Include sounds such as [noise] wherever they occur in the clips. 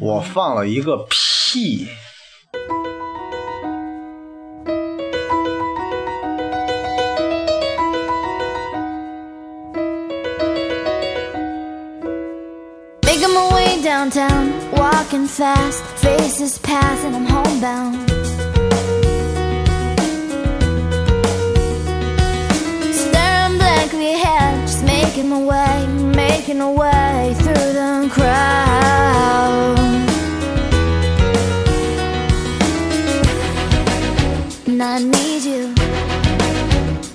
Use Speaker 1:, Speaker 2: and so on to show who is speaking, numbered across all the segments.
Speaker 1: 我放了一个屁。
Speaker 2: Making my way downtown, walking fast, faces pass, and I'm homebound. Staring blankly ahead, just making my way, making my way through the crowd. And I need you,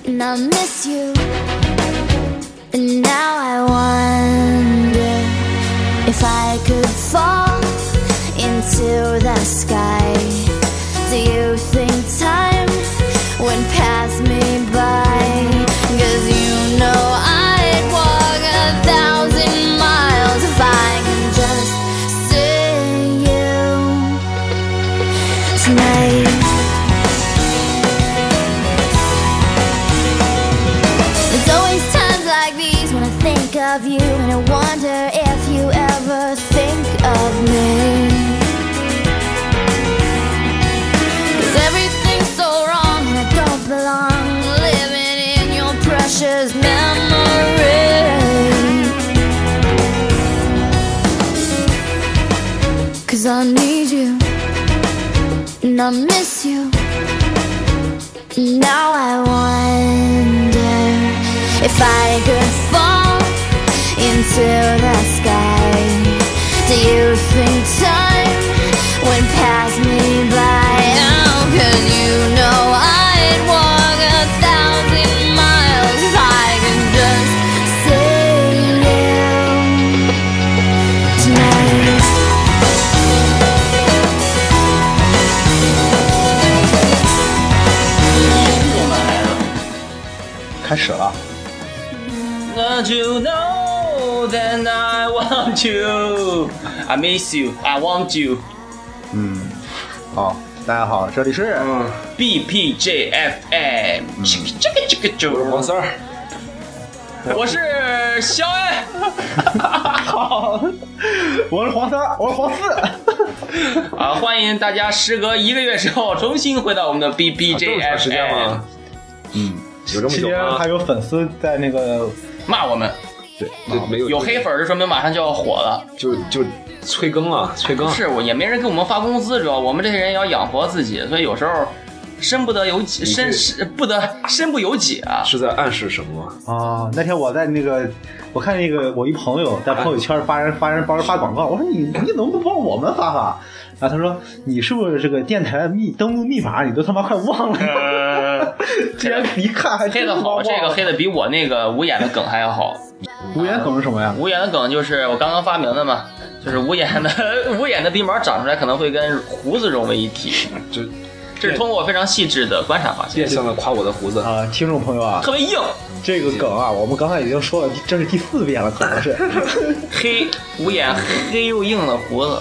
Speaker 2: and I miss you, and now I wonder. If I could fall into the sky, do you think time would pass me by? Cause you know I'd walk a thousand miles if I can just see you tonight. There's always times like these when I think of you and I wonder if you ever think of me. Cause everything's so wrong and I don't belong living in your precious memory. Cause I need you and I miss you. Now I wonder if I could fall into the sky. Do you think time would pass me by? Oh, 'cause you know I'd walk a thousand miles if I could just see you tonight.
Speaker 1: 开始了，
Speaker 3: Don't you know that I want you? I miss you. I want you.
Speaker 1: 嗯好，大家好，这里是嗯
Speaker 3: B P J F M。这个这个这个这
Speaker 4: 王三儿，
Speaker 3: 我是肖恩。好
Speaker 1: 我是黄三，我是黄四，
Speaker 3: 啊，欢迎大家时隔一个月之后重新回到我们的 B P
Speaker 4: 啊这
Speaker 3: J
Speaker 4: 么
Speaker 3: F M。
Speaker 4: 长时间吗？
Speaker 1: 嗯，
Speaker 4: 有这么
Speaker 1: 期
Speaker 4: 久
Speaker 1: 间
Speaker 4: 吗
Speaker 1: 还？有粉丝在那个
Speaker 3: 骂我们
Speaker 1: 啊
Speaker 4: 这没有
Speaker 3: 啊有黑粉儿，就说明马上就要火了。
Speaker 4: 就就催更啊，催更。
Speaker 3: 是我也没人给我们发工资，主要我们这些人也要养活自己，所以有时候身不得由己，身是不得身不由己啊。
Speaker 4: 是在暗示什么吗？
Speaker 1: 啊，那天我在那个，我看那个我一朋友在朋友圈发人发人帮人发广告，我说你你怎么不帮我们发发？然后他说你是不是这个电台的密登录密码你都他妈快忘了？呃 [laughs] 竟然一看还
Speaker 3: 黑
Speaker 1: 真
Speaker 3: 的
Speaker 1: 他妈
Speaker 3: 好，啊
Speaker 1: 忘
Speaker 3: 这个
Speaker 1: 了。
Speaker 3: 黑的比我那个无眼的梗还要好。
Speaker 1: 无言梗是什么呀？
Speaker 3: 无眼的梗就是我刚刚发明的嘛，就是无眼的 [laughs] 无眼的鼻毛长出来可能会跟胡子融为一体，
Speaker 4: 就
Speaker 3: 这是通过我非常细致的观察发现，
Speaker 4: 变相的夸我的胡子。
Speaker 1: 啊，听众朋友啊，
Speaker 3: 特别硬。
Speaker 1: 这个梗啊，我们刚才已经说了，这是第四遍了，可
Speaker 3: [laughs]
Speaker 1: 能是。
Speaker 3: 黑无眼黑又硬的胡子，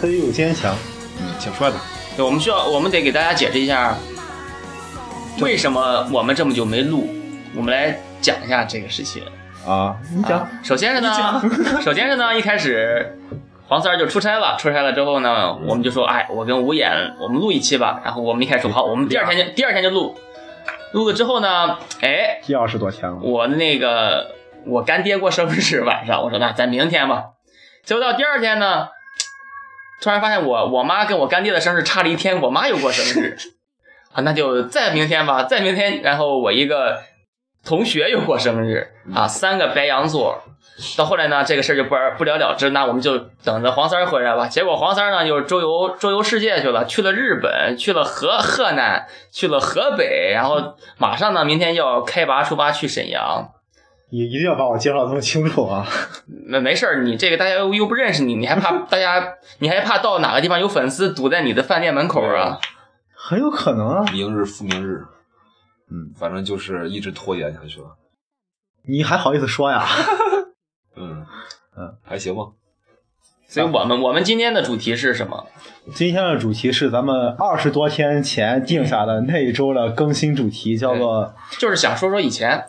Speaker 1: 黑又坚强，
Speaker 4: 挺帅的。
Speaker 3: 对，我们需要，我们得给大家解释一下，为什么我们这么久没录。我们来讲一下这个事情。
Speaker 1: 啊，你讲，
Speaker 3: 首先是呢，
Speaker 1: [laughs]
Speaker 3: 首先是呢，一开始黄三儿就出差了，出差了之后呢，我们就说，哎，我跟吴眼，我们录一期吧。然后我们一开始说好，我们第二天就第二天就录。录了之后呢，哎，
Speaker 1: 一二十多天了，
Speaker 3: 我那个我干爹过生日晚上，我说那咱明天吧。结果到第二天呢，突然发现我我妈跟我干爹的生日差了一天，我妈又过生日啊，那就再明天吧，再明天。然后我一个同学又过生日啊，三个白羊座。到后来呢，这个事儿就不而不了了之，那我们就等着黄三儿回来吧。结果黄三儿呢，又周游周游世界去了，去了日本，去了河河南，去了河北，然后马上呢，明天要开拔出发去沈阳。
Speaker 1: 你一定要把我介绍得那么清楚啊！
Speaker 3: 那没事儿，你这个大家又又不认识你，你还怕大家，你还怕到哪个地方有粉丝堵在你的饭店门口啊？
Speaker 1: 很有可能啊，
Speaker 4: 明日复明日，
Speaker 1: 嗯，
Speaker 4: 反正就是一直拖延下去了。
Speaker 1: 你还好意思说呀？
Speaker 4: [laughs] 嗯
Speaker 1: 嗯，
Speaker 4: 还行吧。
Speaker 3: 所以我们我们今天的主题是什么？
Speaker 1: 今天的主题是咱们二十多天前定下的那一周的更新主题，叫做
Speaker 3: 就是想说说以前，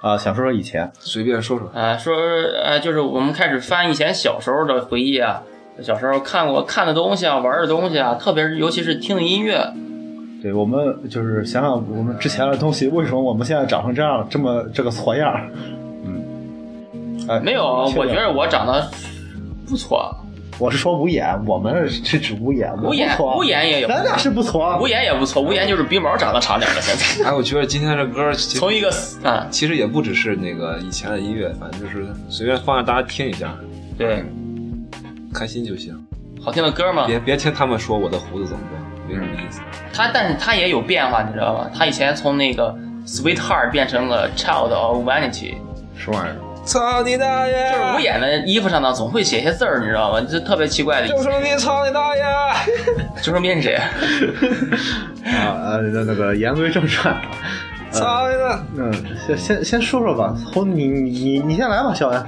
Speaker 1: 啊，想说说以前，
Speaker 4: 随便说说。
Speaker 3: 啊，说呃，就是我们开始翻以前小时候的回忆啊，小时候看过看的东西啊，玩的东西啊，特别是尤其是听的音乐，
Speaker 1: 对我们就是想想我们之前的东西，为什么我们现在长成这样，这么这个挫样儿？嗯，
Speaker 4: 啊
Speaker 1: 哎，
Speaker 3: 没有，我觉
Speaker 1: 得
Speaker 3: 得我长得不错，
Speaker 1: 我是说无眼，我们是指无眼，我
Speaker 3: 无眼
Speaker 1: 不错
Speaker 3: 无眼也有
Speaker 1: 咱俩是不错啊，
Speaker 3: 无言也不错，无言就是鼻毛长得长点儿了，现在
Speaker 4: 哎，我觉得今天这歌儿其
Speaker 3: 从一个啊，
Speaker 4: 其实也不只是那个以前的音乐，反正就是随便放让大家听一下，
Speaker 3: 对，
Speaker 4: 开心就行。
Speaker 3: 好听的歌嘛，
Speaker 4: 别别听他们说我的胡子怎么样，没什么意思。
Speaker 3: 他但是他也有变化，你知道吗？他以前从那个 Sweetheart 变成了 Child of Vanity，
Speaker 1: 什么玩意儿？
Speaker 4: 操你大爷！
Speaker 3: 就是无眼的衣服上呢总会写些字儿，你知道吗？就特别奇怪的，
Speaker 4: 说你操你大爷！
Speaker 3: 就说明是
Speaker 1: [laughs]
Speaker 3: 谁？
Speaker 1: 啊呃，那那个言归正传啊，呃，
Speaker 4: 操你大！
Speaker 1: 嗯，先先先说说吧，红你你你你先来吧，小文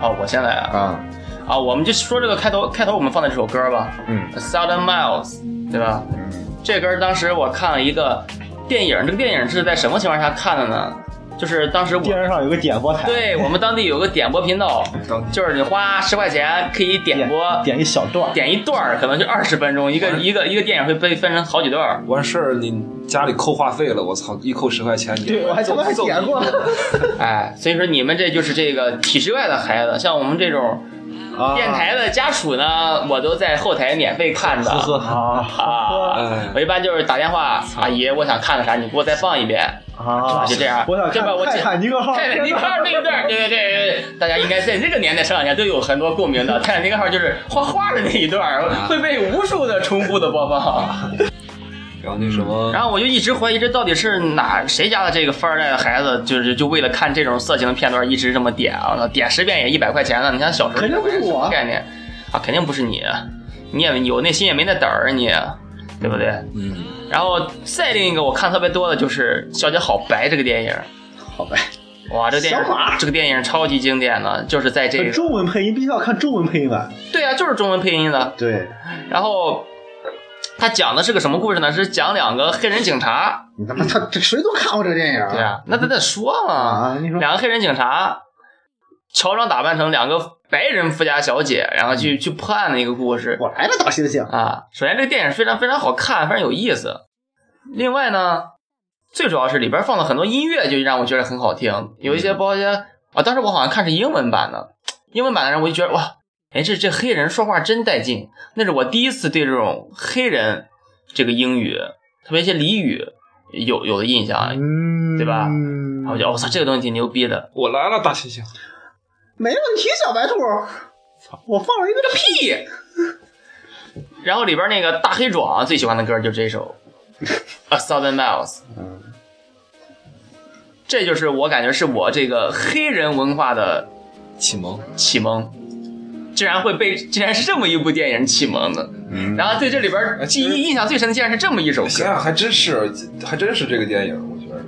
Speaker 3: 哦，我先来啊
Speaker 1: 啊，
Speaker 3: 啊，我们就说这个开头，开头我们放的这首歌吧，
Speaker 1: 嗯
Speaker 3: 《Thousand Miles》，对吧？
Speaker 1: 嗯
Speaker 3: 这歌当时我看了一个电影，这个电影是在什么情况下看的呢？就是当时我
Speaker 1: 电视上有个点播台，
Speaker 3: 对我们当地有个点播频
Speaker 1: [laughs]
Speaker 3: 道，就是你花十块钱可以点播
Speaker 1: 点一小段儿，
Speaker 3: 点一段儿，可能就二十分钟，一个一个一个电影会被分成好几段儿。
Speaker 4: 完事儿你家里扣话费了，我操，一扣十块钱，你
Speaker 1: 对
Speaker 5: 아,
Speaker 1: 我还怎么还点过
Speaker 3: 哎，所以说你们这就是这个体制外的孩子，像我们这种
Speaker 1: 啊
Speaker 3: 电台的家属呢，我都在后台免费看的。
Speaker 4: 呵呵，
Speaker 1: 啊
Speaker 3: 啊
Speaker 4: 哎，
Speaker 3: 我一般就是打电话，阿姨，我想看个啥，你给我再放一遍。
Speaker 1: 啊，
Speaker 3: 就这样
Speaker 1: 我想
Speaker 3: 这把
Speaker 1: 看
Speaker 3: 我
Speaker 1: 泰
Speaker 3: 记
Speaker 1: 坦尼克号，
Speaker 3: 泰坦尼克号那一段，
Speaker 1: [laughs]
Speaker 3: 对对对，对大家应该在这个年代上两年都有很多共鸣的。泰坦尼克号就是画画的那一段，
Speaker 1: 啊
Speaker 3: 会被无数的重复的播放。
Speaker 4: 然后那什么，
Speaker 3: 嗯然后我就一直怀疑这到底是哪谁家的这个富二代的孩子，就是就为了看这种色情的片段一直这么点啊，点十遍也一百块钱呢。你看小时候
Speaker 1: 肯定不是我
Speaker 3: 什么概念啊，肯定不是你，你也有那心也没那胆儿，啊你对不对？
Speaker 4: 嗯，
Speaker 3: 然后再另一个我看特别多的就是《小姐好白》这个电影，
Speaker 1: 好呗，
Speaker 3: 哇，这个电影
Speaker 1: 小马
Speaker 3: 这个电影超级经典的，就是在这个
Speaker 1: 中文配音必须要看中文配音版，
Speaker 3: 对啊，就是中文配音的。
Speaker 1: 对，
Speaker 3: 然后他讲的是个什么故事呢？是讲两个黑人警察，
Speaker 1: 你他妈他这谁都看过这电影
Speaker 3: 对啊，那咱得说嘛，
Speaker 1: 啊，你说
Speaker 3: 两个黑人警察乔装打扮成两个白人富家小姐，然后去去破案的一个故事。
Speaker 1: 嗯我来了，大猩猩，
Speaker 3: 啊，首先这个电影非常非常好看，非常有意思。另外呢，最主要是里边放了很多音乐，就让我觉得很好听。有一
Speaker 1: 嗯
Speaker 3: 些包括一些啊，当时我好像看是英文版的，英文版的人我就觉得哇，哎这这黑人说话真带劲。那是我第一次对这种黑人这个英语，特别一些俚语有有的印象。然
Speaker 1: 嗯，
Speaker 3: 对吧后我觉得我操，这个东西挺牛逼的。
Speaker 4: 我来了，大猩猩，
Speaker 1: 没问题，小白兔，我放了一个屁，
Speaker 3: 屁。然后里边那个大黑壮最喜欢的歌就是这首《A Thousand Miles》。这就是我感觉是我这个黑人文化的
Speaker 4: 启蒙，
Speaker 3: 启蒙，竟然会被竟然是这么一部电影启蒙的。然后对这里
Speaker 4: 哎
Speaker 3: 边记忆印象最深的竟然是这么一首
Speaker 4: 想
Speaker 3: 歌，
Speaker 4: 想啊还真是，还真是这个电影，我觉得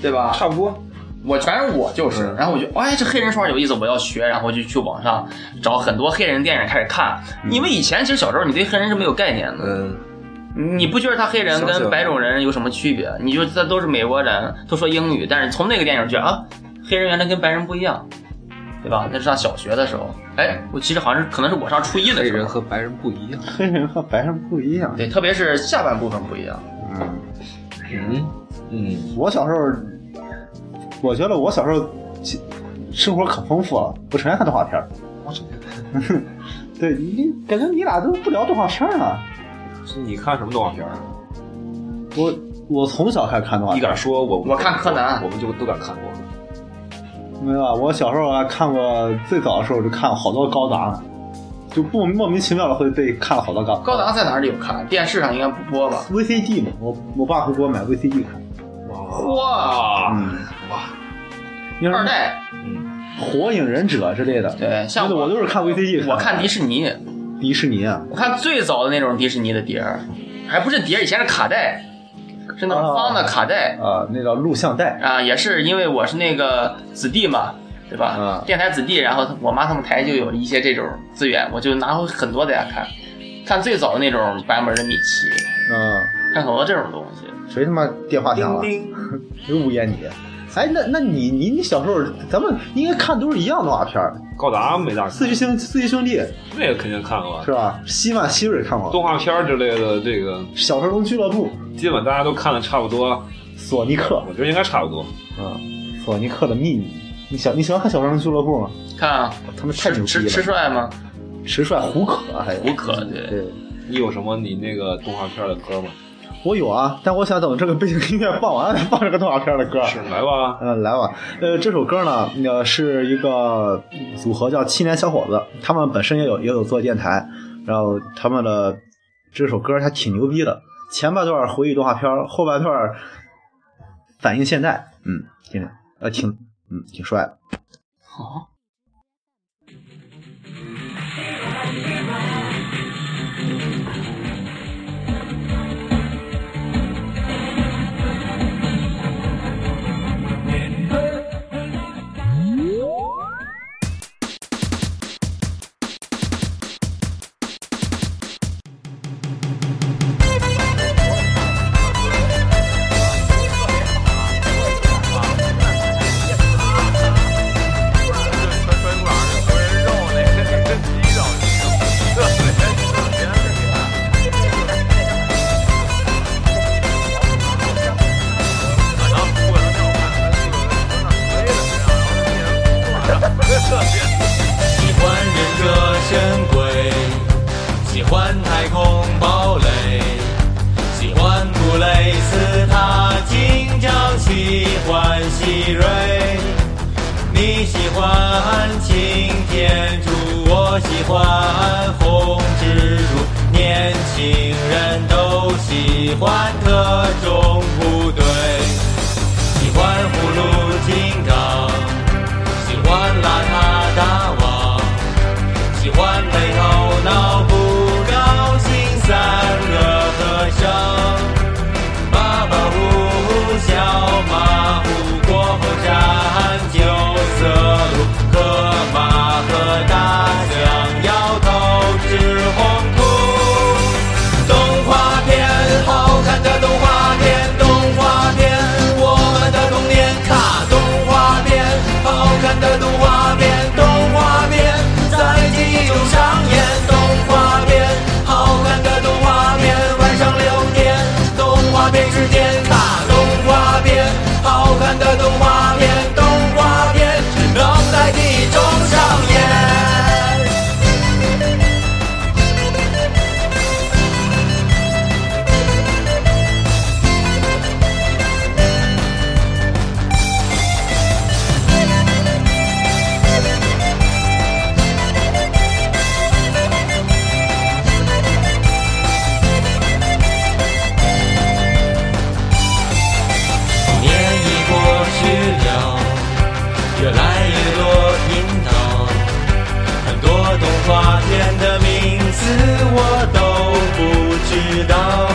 Speaker 3: 对吧？
Speaker 4: 差不多。
Speaker 3: 我反正我就是，
Speaker 4: 嗯
Speaker 3: 然后我就哎，这黑人说话有意思，我要学，然后我就去网上找很多黑人电影开始看，因为以前其实小时候你对黑人是没有概念的，
Speaker 4: 嗯，啊
Speaker 3: 你不觉得他黑人
Speaker 4: 想起
Speaker 3: 跟
Speaker 4: 来
Speaker 3: 白种人有什么区别？你就他都是美国人，都说英语，但是从那个电影觉得啊，黑人原来跟白人不一样，对吧？那是上小学的时候，哎，我其实好像是可能是我上初一的
Speaker 4: 嗯黑
Speaker 3: 时
Speaker 4: 人
Speaker 3: 候，
Speaker 4: 和白人不一样。
Speaker 1: 黑人和白人不一样，
Speaker 3: 对，特别是下半部分不一样。
Speaker 1: 嗯，
Speaker 4: 嗯嗯，
Speaker 1: 我小时候，我觉得我小时候其生活可丰富了，我成天看动画片儿。
Speaker 4: 我整天
Speaker 1: 对你感觉你俩都不聊动画片儿呢？
Speaker 4: 是你看什么动画片儿？
Speaker 1: 我我从小开始看动画
Speaker 4: 你
Speaker 1: 片儿，
Speaker 4: 敢说我
Speaker 3: 我看柯南
Speaker 4: 我们就都敢看过。
Speaker 1: 没有啊？我小时候还看过，最早的时候就看过好多高达呢，就莫莫名其妙的会被看了好多高
Speaker 3: 高达在哪里有看？电视上应该不播吧？
Speaker 1: VCD 嘛，我我爸会给我买 VCD 看。
Speaker 4: 哇，
Speaker 3: 哇，
Speaker 1: 嗯，
Speaker 4: 哇，
Speaker 1: 要是
Speaker 3: 二代
Speaker 4: 嗯，
Speaker 1: 火影忍者之类的，
Speaker 3: 对，像
Speaker 1: 我都是看 VCD
Speaker 3: 我
Speaker 1: 的
Speaker 3: 看迪士尼，
Speaker 1: 迪士尼啊，
Speaker 3: 我看最早的那种迪士尼的碟儿，还不是碟儿，以前是卡带，是那种方的卡带。
Speaker 1: 啊，那叫录像带，
Speaker 3: 啊，也是因为我是那个子弟嘛，对吧？
Speaker 1: 啊
Speaker 3: 电台子弟，然后我妈他们台就有一些这种资源，我就拿回很多在家看，看最早的那种版本的米奇，
Speaker 1: 嗯，
Speaker 3: 看很多这种东西。
Speaker 1: 谁他妈电话响了？
Speaker 4: 叮，
Speaker 1: [laughs] 又物业你，哎，那那你你你小时候，咱们应该看都是一样动画片儿，
Speaker 4: 高达没咋
Speaker 1: 《
Speaker 4: 看，
Speaker 1: 四驱兄四驱兄弟》
Speaker 4: 那个肯定看过
Speaker 1: 是。啊吧？希曼希瑞看过，《
Speaker 4: 动画片儿之类的，这个
Speaker 1: 小神龙俱乐部》
Speaker 4: 基本大家都看的差不多，
Speaker 1: 索尼克，
Speaker 4: 我觉得应该差不多。
Speaker 1: 嗯，索尼克的秘密。你想你喜欢看《小神龙俱乐部》吗？
Speaker 3: 看啊，
Speaker 1: 他们太
Speaker 3: 吃
Speaker 1: 牛逼
Speaker 3: 吃吃
Speaker 1: 了，
Speaker 3: 帅吗？
Speaker 1: 迟帅胡可还有
Speaker 3: 无可对。
Speaker 1: 对。
Speaker 4: 你有什么你那个动画片儿的歌吗？
Speaker 1: 我有啊，但我想等这个背景音乐放完，放这个动画片的歌。啊
Speaker 4: 来吧，
Speaker 1: 呃，来吧，呃，这首歌呢，呃，是一个组合叫七年小伙子，他们本身也有也有做电台，然后他们的这首歌还挺牛逼的，前半段回忆动画片儿，后半段反映现代，嗯，挺呃挺嗯挺帅的。
Speaker 3: 好。
Speaker 6: 喜欢忍者神龟，喜欢太空堡垒，喜欢布雷斯塔警长，喜欢希瑞。你喜欢擎天柱，我喜欢红蜘蛛，年轻人都喜欢特种部队，喜欢葫芦金刚。喜欢邋遢大王，喜欢没头脑不高兴三个和尚，马马虎虎小马虎过后山九色鹿，河马和大象摇头直哄吐。动画片，好看的动画片，动画片，我们的童年卡动画片，好看的动画片，动画片，在记忆中上演动画片，好看的动画片，晚上六点，动画片时间卡动画片，好看的动画片，动画片能在记忆中上演。年已过去了，越来越多引导，很多动画片的名字我都不知道。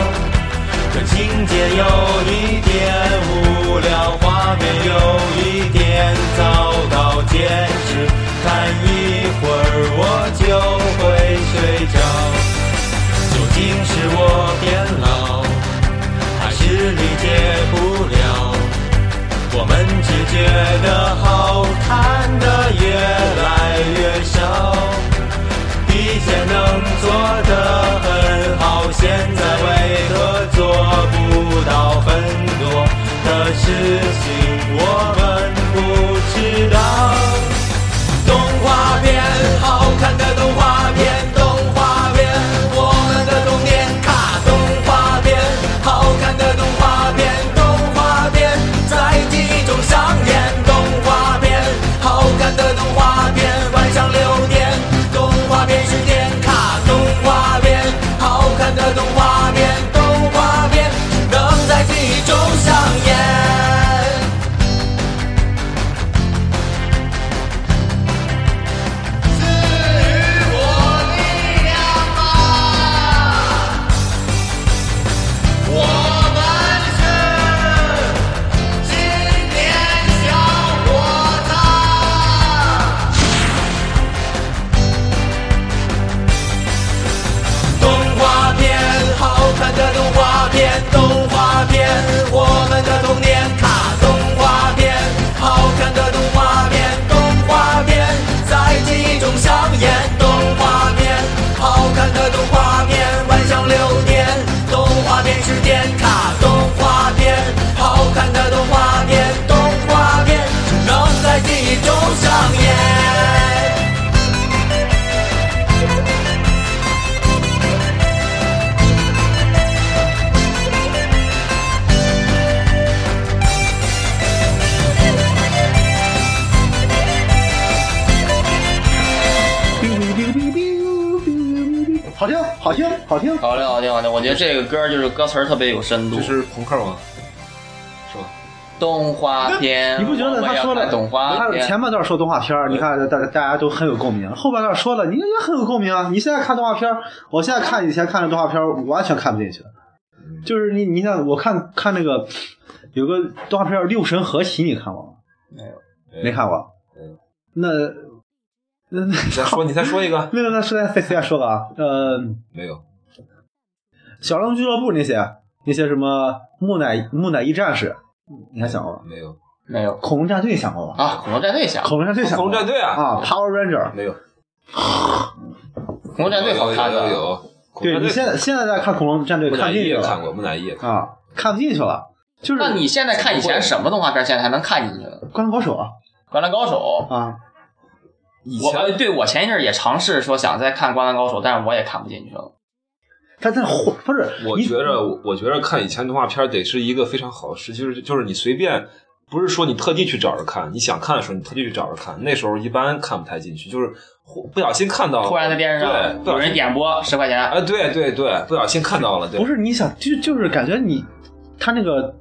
Speaker 6: 这情节有一点无聊，画面有一点糟糕，坚持看一会儿我就会睡着。究竟是我变老？还是理解不了。我们只觉得好看的越来越少，以前能做的很好，现在为何做不到？很多的事情我们不知道。动画片，好看的动画片，动画片，我们的童年卡动画片，好看的动画片，动画片，在记忆中上演动画片，好看的动画片，晚上六点，动画片时间卡动画片，好看的动画片，动画片，能在记忆中上演。动画片，好看的动画片，动画片，我们的童年卡通画片，的动画片，动画片在记忆中上演。动画片，好看的动画片，晚上六点，动画片是点卡。动画片，好看的动画片，动画片只能在记忆中上演。
Speaker 1: 好听，好听，好听。
Speaker 3: 好嘞，好听，好听。我觉得这个歌就是歌词儿特别有深度
Speaker 4: 这。是朋克吗？是吧？
Speaker 3: 动画片，
Speaker 1: 你不觉得他说
Speaker 3: 我要
Speaker 1: 了
Speaker 3: 看动画
Speaker 1: 他
Speaker 3: 片？
Speaker 1: 前半段说动画片儿，你看大大家都很有共鸣，后半段说了你也很有共鸣啊。你现在看动画片儿，我现在看以前看的动画片儿，我完全看不进去。就是你你像我看看那个有个动画片儿《六神合棋》，你看过吗？
Speaker 4: 没
Speaker 1: 没看过。那那那
Speaker 4: 你再说，你再说一
Speaker 1: [laughs]
Speaker 4: 个。
Speaker 1: 那个那是在谁在说的啊？呃，
Speaker 4: 没有，
Speaker 1: 小狼俱乐部那些那些什么木乃木乃伊战士，你还想过吗？
Speaker 4: 没有，
Speaker 3: 没有
Speaker 1: 恐龙战队想过吗？
Speaker 3: 啊，恐龙战队想，
Speaker 1: 恐龙战队想过
Speaker 4: 恐
Speaker 1: 吗
Speaker 4: 龙战队啊
Speaker 1: 啊，Power Ranger。
Speaker 4: 没有。
Speaker 3: 恐龙战队好看
Speaker 4: 有有
Speaker 3: 的。
Speaker 4: 有。恐
Speaker 1: 对
Speaker 4: 龙
Speaker 1: 你现
Speaker 4: 战队
Speaker 1: 在现在在看恐龙战队
Speaker 4: 木乃
Speaker 1: 看
Speaker 4: 伊
Speaker 1: 进去
Speaker 4: 也
Speaker 1: 了
Speaker 4: 看过，木乃伊也看过。
Speaker 1: 啊，看不进去了，就是
Speaker 3: 那你现在看以前什么动画片，现在还能看进去呢？
Speaker 1: 灌篮高手啊
Speaker 3: 《灌篮高手》
Speaker 1: 啊，
Speaker 4: 以
Speaker 3: 我，呃
Speaker 4: 前
Speaker 3: 对我前一阵儿也尝试说想再看《灌篮高手》，但是我也看不进去了。
Speaker 1: 他在火不是？
Speaker 4: 我
Speaker 1: 你
Speaker 4: 觉着，我我觉着看以前动画片得是一个非常好的时，就是就是你随便，不是说你特地去找着看，你想看的时候你特地去找着看，那时候一般看不太进去，就是忽不小心看到了，
Speaker 3: 突然在电视上
Speaker 4: 对，不
Speaker 3: 有
Speaker 4: 小
Speaker 3: 人
Speaker 4: 心，
Speaker 3: 点播十块钱，
Speaker 4: 哎，对对对，不小心看到了，对，
Speaker 1: 不是你想就就是感觉你他那个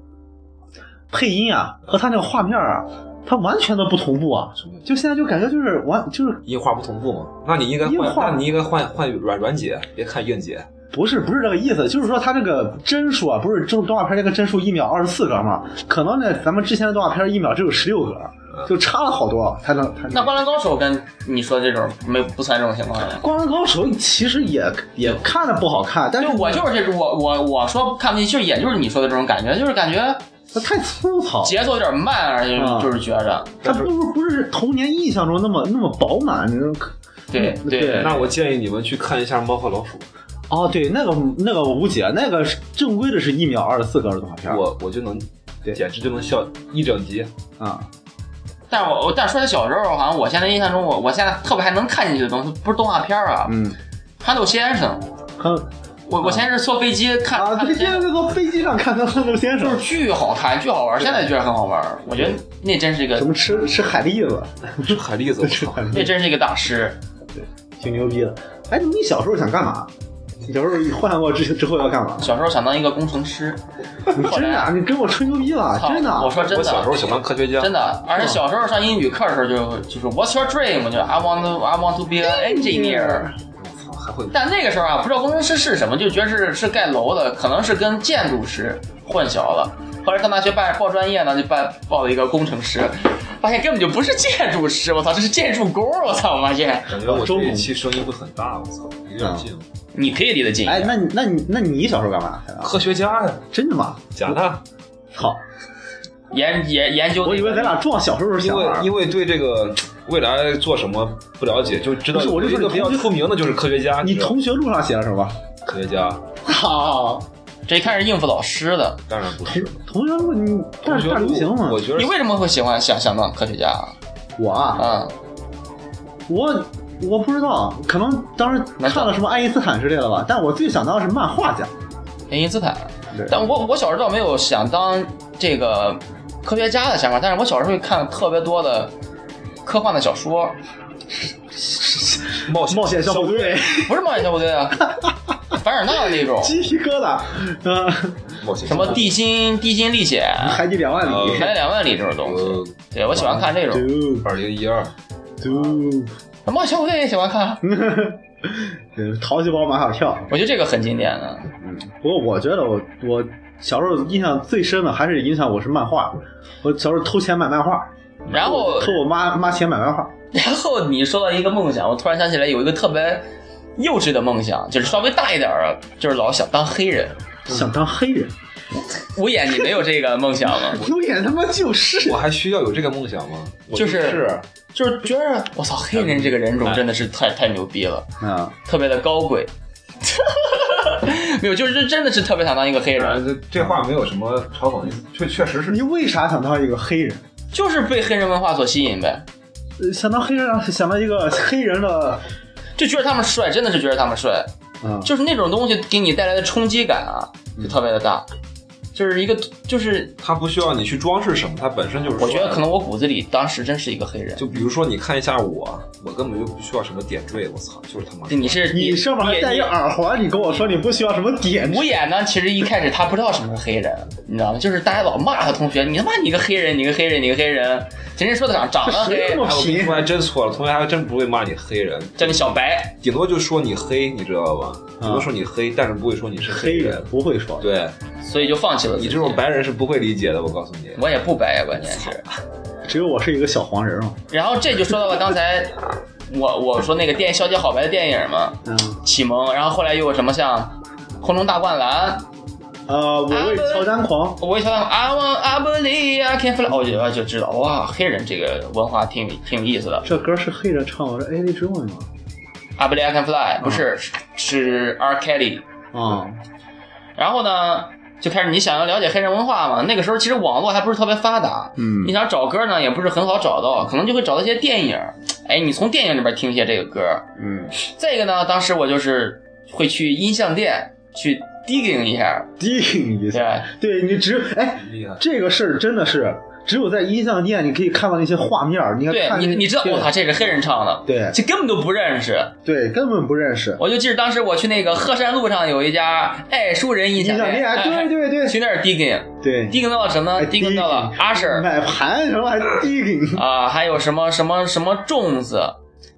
Speaker 1: 配音啊和他那个画面啊，他完全都不同步啊
Speaker 4: 什么，
Speaker 1: 就现在就感觉就是完就是
Speaker 4: 音画不同步嘛，那你应该
Speaker 1: 音画
Speaker 4: 换，那你应该换换软软解，别看硬解，
Speaker 1: 不是不是这个意思，就是说它这个帧数啊，不是动动画片那个帧数一秒二十四格嘛？可能呢，咱们之前的动画片一秒只有十六格，
Speaker 4: 嗯
Speaker 1: 就差了好多，才能才能。
Speaker 3: 那《灌篮高手》跟你说这种没不算这种情况呀？
Speaker 1: 灌篮高手其实也也看着不好看，但是
Speaker 3: 就我就是这种，我我我说看不进去，就是也就是你说的这种感觉，就是感觉
Speaker 1: 它太粗糙，
Speaker 3: 节奏有点慢而已，
Speaker 1: 啊
Speaker 3: 就是觉着，
Speaker 1: 它不是不是童年印象中那么那么饱满那种。
Speaker 3: 对
Speaker 1: 嗯对
Speaker 3: 对，
Speaker 4: 那我建议你们去看一下《猫和老鼠》，
Speaker 1: 哦，对，那个那个我无解，那个是正规的是一秒二十四格的动画片，
Speaker 4: 我我就能，
Speaker 1: 对
Speaker 4: 简直就能笑一整集，
Speaker 1: 啊，
Speaker 3: 但是我我但是说起小时候，好像我现在印象中我，我现在特别还能看进去的东西，不是动画片儿啊，
Speaker 1: 嗯，
Speaker 3: 憨豆先生》
Speaker 1: 还有
Speaker 3: 我，我我前阵坐飞机看，
Speaker 1: 啊，
Speaker 3: 看
Speaker 1: 对，现在在坐飞机上看《到《乐先生
Speaker 3: 就是》，巨好看，巨好玩，现在觉得很好玩，我觉得那真是一个
Speaker 1: 什么吃吃海蛎子，
Speaker 4: 海蛎
Speaker 1: [laughs]
Speaker 4: 子，我
Speaker 1: 吃
Speaker 4: 操
Speaker 1: 海蛎
Speaker 3: 那
Speaker 1: 子，
Speaker 3: 真是一个大师。
Speaker 1: 挺牛逼的。哎，你小时候想干嘛？小时候幻想过之之后要干嘛？
Speaker 3: 小时候想当一个工程师，
Speaker 1: [laughs] 你真的啊，你跟我吹牛逼了，
Speaker 3: 操
Speaker 1: 真的啊嗯
Speaker 3: 我说真的，
Speaker 4: 我小时候想当科学家，
Speaker 3: 真的，而且小时候上英语课的时候就就是 What's your dream？就 I want to I want to be an engineer。
Speaker 4: 我操，还会
Speaker 3: 但那个时候啊，不知道工程师是什么，就觉得是是盖楼的，可能是跟建筑师混淆了。后来上大学办报专业呢，就办报了一个工程师，发现根本就不是建筑师，我操，这是建筑工，我操，我发现
Speaker 4: 感觉我这一期声音会很大，我操，有点近。
Speaker 3: 你可以离得近一
Speaker 1: 嗯哎，
Speaker 3: 点。
Speaker 1: 那你那你那你小时候干嘛？
Speaker 4: 科学家呀，
Speaker 1: 真的吗？
Speaker 4: 假的，
Speaker 1: 操！
Speaker 3: 研研研究那个，
Speaker 1: 我以为咱俩撞小时候
Speaker 4: 因
Speaker 1: 想
Speaker 4: 为
Speaker 1: 法。
Speaker 4: 因为对这个未来做什么不了解，就知道
Speaker 1: 不是我就
Speaker 4: 有一
Speaker 1: 说
Speaker 4: 个
Speaker 1: 你
Speaker 4: 比较
Speaker 1: 同学
Speaker 4: 出名的就是科学家，
Speaker 1: 你
Speaker 4: 知道
Speaker 1: 同学录上写了什么？
Speaker 4: 科学家
Speaker 3: [laughs]
Speaker 1: 操！
Speaker 3: 这一看是应付老师的。
Speaker 4: 当然不是了。
Speaker 1: 同学录你大
Speaker 4: 同学
Speaker 1: 大流行嘛
Speaker 4: 我？觉
Speaker 3: 你
Speaker 4: 得
Speaker 3: 为什么会喜欢想想当科学家啊？
Speaker 1: 我啊，
Speaker 3: 啊，
Speaker 1: 我我不知道，可能当时看了什么爱因斯坦之类的吧，但我最想当的是漫画家。
Speaker 3: 爱因斯坦。
Speaker 1: 对
Speaker 3: 但我我小时候倒没有想当这个科学家的想法，但是我小时候会看特别多的科幻的小说，
Speaker 4: 冒险
Speaker 1: 冒险小虎队，
Speaker 3: 不是冒险小虎队
Speaker 1: [laughs]
Speaker 3: 啊，凡尔纳的那种，
Speaker 1: 鸡皮疙瘩，呃，
Speaker 4: 冒险
Speaker 3: 什么地心地心历险、
Speaker 1: 海底两万嗯里
Speaker 3: 海底两万里这种东西。
Speaker 4: 呃
Speaker 3: 对，我喜欢看这种。
Speaker 1: ，do
Speaker 4: 二零一二
Speaker 1: do，
Speaker 3: 冒险小虎队也喜欢
Speaker 1: [laughs]
Speaker 3: 看，
Speaker 1: 对淘气包马小跳。
Speaker 3: 我觉得这个很经典啊的。
Speaker 1: 不过我觉得我我小时候印象最深的还是影响我是漫画，我小时候偷钱买漫画，
Speaker 3: 然后
Speaker 1: 偷我妈妈钱买漫画。
Speaker 3: [laughs] 然后你说到一个梦想，我突然想起来有一个特别幼稚的梦想，就是稍微大一点儿的，就是老想当黑人。
Speaker 1: 想当黑人，
Speaker 3: 五眼，你没有这个梦想吗？
Speaker 1: 有眼他妈就是
Speaker 4: 我还需要有这个梦想吗？我
Speaker 3: 就是
Speaker 4: 是
Speaker 3: 就是觉得我操，黑人这个人种真的是太太牛逼了，
Speaker 1: 哎啊，
Speaker 3: 特别的高贵。 [laughs] 没有，就是真的是特别想当一个黑
Speaker 4: 呃
Speaker 3: 人，
Speaker 4: 这这话没有什么嘲讽的意思，确确实是
Speaker 1: 你为啥想当一个黑人？
Speaker 3: 就是被黑人文化所吸引呗，
Speaker 1: 呃想当黑人，想到一个黑人的，
Speaker 3: 就觉得他们帅，真的是觉得他们帅，
Speaker 1: 嗯，
Speaker 3: 就是那种东西给你带来的冲击感啊，就特别的大，就是一个就是
Speaker 4: 他不需要你去装饰什么，他本身就是。
Speaker 3: 我觉得可能我骨子里当时真是一个黑人，
Speaker 4: 就比如说你看一下我，我根本就不需要什么点缀，我操，就是他妈
Speaker 3: 你是
Speaker 1: 你上面还戴一耳环，你跟我说你不需要什么点
Speaker 3: 五眼呢，其实一开始他不知道什么是黑人，你知道吗？就是大家老骂他同学，你他妈你个黑人，你个黑人，你个黑人，人家说他长长得
Speaker 1: 谁
Speaker 3: 黑
Speaker 1: 这，么
Speaker 4: 哎，我跟你
Speaker 1: 贫
Speaker 4: 说还真错了，同学还真不会骂你黑人，
Speaker 3: 叫你小白，
Speaker 4: 顶多就说你黑，你知道吧？
Speaker 1: 啊
Speaker 4: 顶多说你黑，但是不会说你是
Speaker 1: 黑人
Speaker 4: 人。
Speaker 1: 不会说，
Speaker 4: 对
Speaker 3: 所以就放弃了自己
Speaker 4: 你这种，白人是不会理解的，我告诉你。
Speaker 3: 我也不白呀，关键是。
Speaker 1: 只有我是一个小黄人啊嘛，
Speaker 3: 然后这就说到了刚才我我说那个电《小姐好白》的电影嘛，
Speaker 1: 嗯，
Speaker 3: 启蒙，然后后来又有什么像《空中大灌篮》，
Speaker 1: 呃，我为乔丹狂，
Speaker 3: 我一想到 I want I believe I can fly，哦我就就知道哇，黑人这个文化挺挺有意思的。
Speaker 1: 这歌是黑人唱，我说哎，这中文吗？
Speaker 3: I believe I can
Speaker 1: 嗯
Speaker 3: fly 不是、是是 R Kelly。
Speaker 1: 啊，
Speaker 3: 然后呢，就开始你想要了解黑人文化嘛？那个时候其实网络还不是特别发达，
Speaker 1: 嗯
Speaker 3: 你想找歌呢也不是很好找到，可能就会找到一些电影。哎，你从电影里边听一些这个歌。
Speaker 1: 嗯
Speaker 3: 再一个呢，当时我就是会去音像店去 digging 一下，
Speaker 1: 定一
Speaker 3: 对
Speaker 1: 下，
Speaker 3: 吧？
Speaker 1: 对你只哎，
Speaker 4: 厉害，
Speaker 1: 这个事儿真的是只有在音像店你可以看到那些画面儿，你看
Speaker 3: 对
Speaker 1: 看
Speaker 3: 你，
Speaker 1: 那
Speaker 3: 你知道，
Speaker 1: 对
Speaker 3: 我操，这是黑人唱的，
Speaker 1: 对
Speaker 3: 这根本就不认识。
Speaker 1: 对，根本不认识。
Speaker 3: 我就记得当时我去那个鹤山路上有一家爱书人音
Speaker 1: 音
Speaker 3: 像
Speaker 1: 像
Speaker 3: 店，哎
Speaker 1: 店，对对对
Speaker 3: 去那儿 digging。
Speaker 1: 对，
Speaker 3: digging 到了什么呢
Speaker 1: 哎
Speaker 3: ？digging 到了
Speaker 1: digging
Speaker 3: Usher，
Speaker 1: 买盘什么还 digging
Speaker 3: 啊，还有什么什么什么粽子，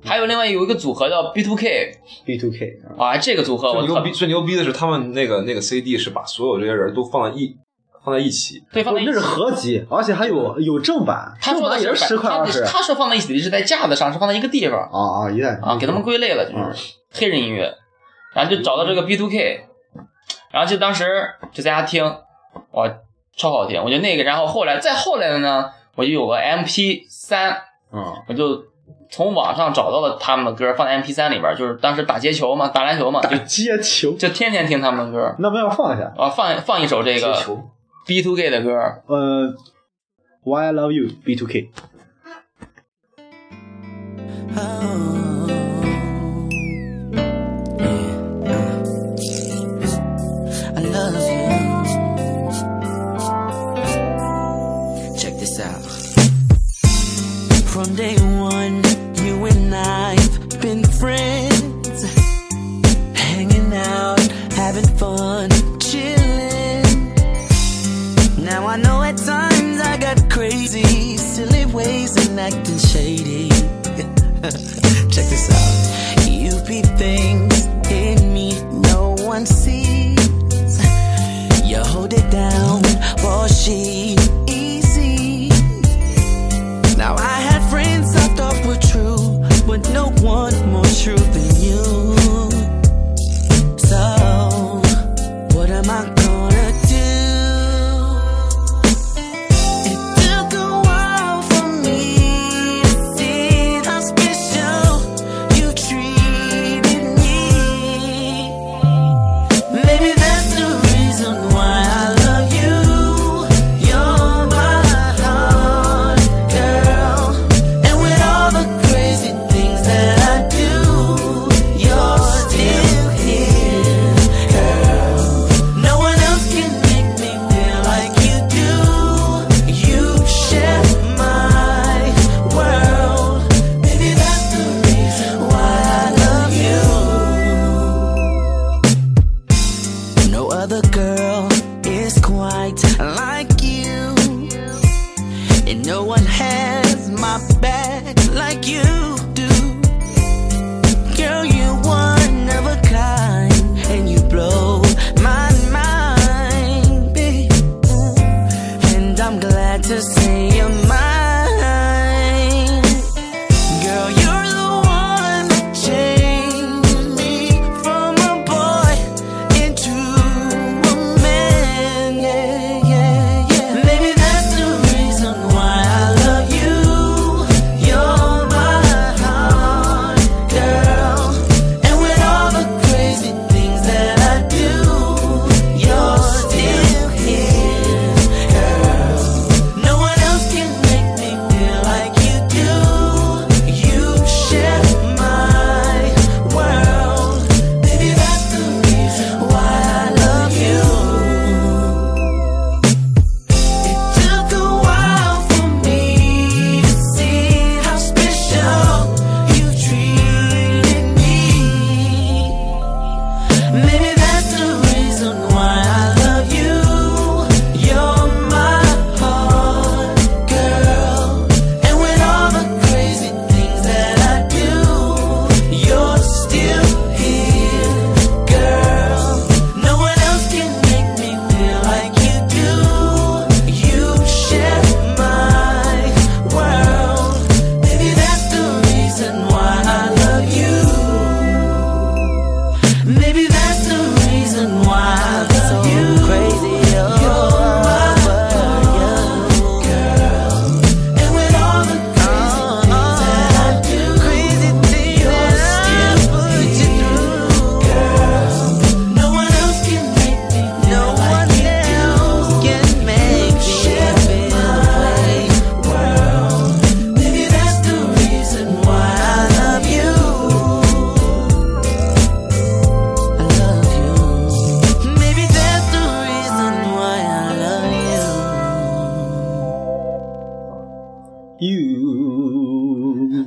Speaker 3: 还有另外有一个组合叫 B Two K
Speaker 1: B two K 啊
Speaker 3: 啊，这个组合
Speaker 4: 最
Speaker 3: 我
Speaker 4: 牛
Speaker 3: 特
Speaker 4: 逼
Speaker 3: 别
Speaker 4: 最牛逼的是他们那个那个 CD 是把所有这些人都放在一放在一起，
Speaker 3: 对放
Speaker 1: 不
Speaker 3: 在一
Speaker 1: 那是
Speaker 3: 起。
Speaker 1: 合集，而且还有有正版，
Speaker 3: 他
Speaker 1: 正
Speaker 3: 说的
Speaker 1: 版也
Speaker 3: 是
Speaker 1: 是十块
Speaker 3: 他
Speaker 1: 二十
Speaker 3: 他说放在一起是在架子上，是放在一个地方
Speaker 1: 啊啊，一嗯代
Speaker 3: 啊，给他们归类了，就是黑人音乐，然后就找到这个 B Two K，然后就当时就在家听，哇，超好听，我觉得那个，然后后来再后来的呢，我就有个 M P 三，
Speaker 1: 啊
Speaker 3: 我就从网上找到了他们的歌，放在 M P 三里边，就是当时打街球嘛，打篮球嘛，就
Speaker 1: 接球，
Speaker 3: 就天天听他们的歌。
Speaker 1: 那么要放一下，
Speaker 3: 啊，放放一首这
Speaker 4: 接
Speaker 3: 个
Speaker 4: 球
Speaker 3: B Two K 的歌，
Speaker 1: 呃，Why I Love You B two K，
Speaker 5: I love you. Check this out. From day one, you and I've been friends, hanging out, having fun, chilling. Now I know at times I got crazy, silly ways and acting shady. [laughs] Check this out. You be things in me no one sees. You hold it down for she easy. Now I had friends I thought were true, but no one more true than you. So, what am I gonna do? It took a while for me to see how special you treated me. Maybe that's the reason why I love you. Your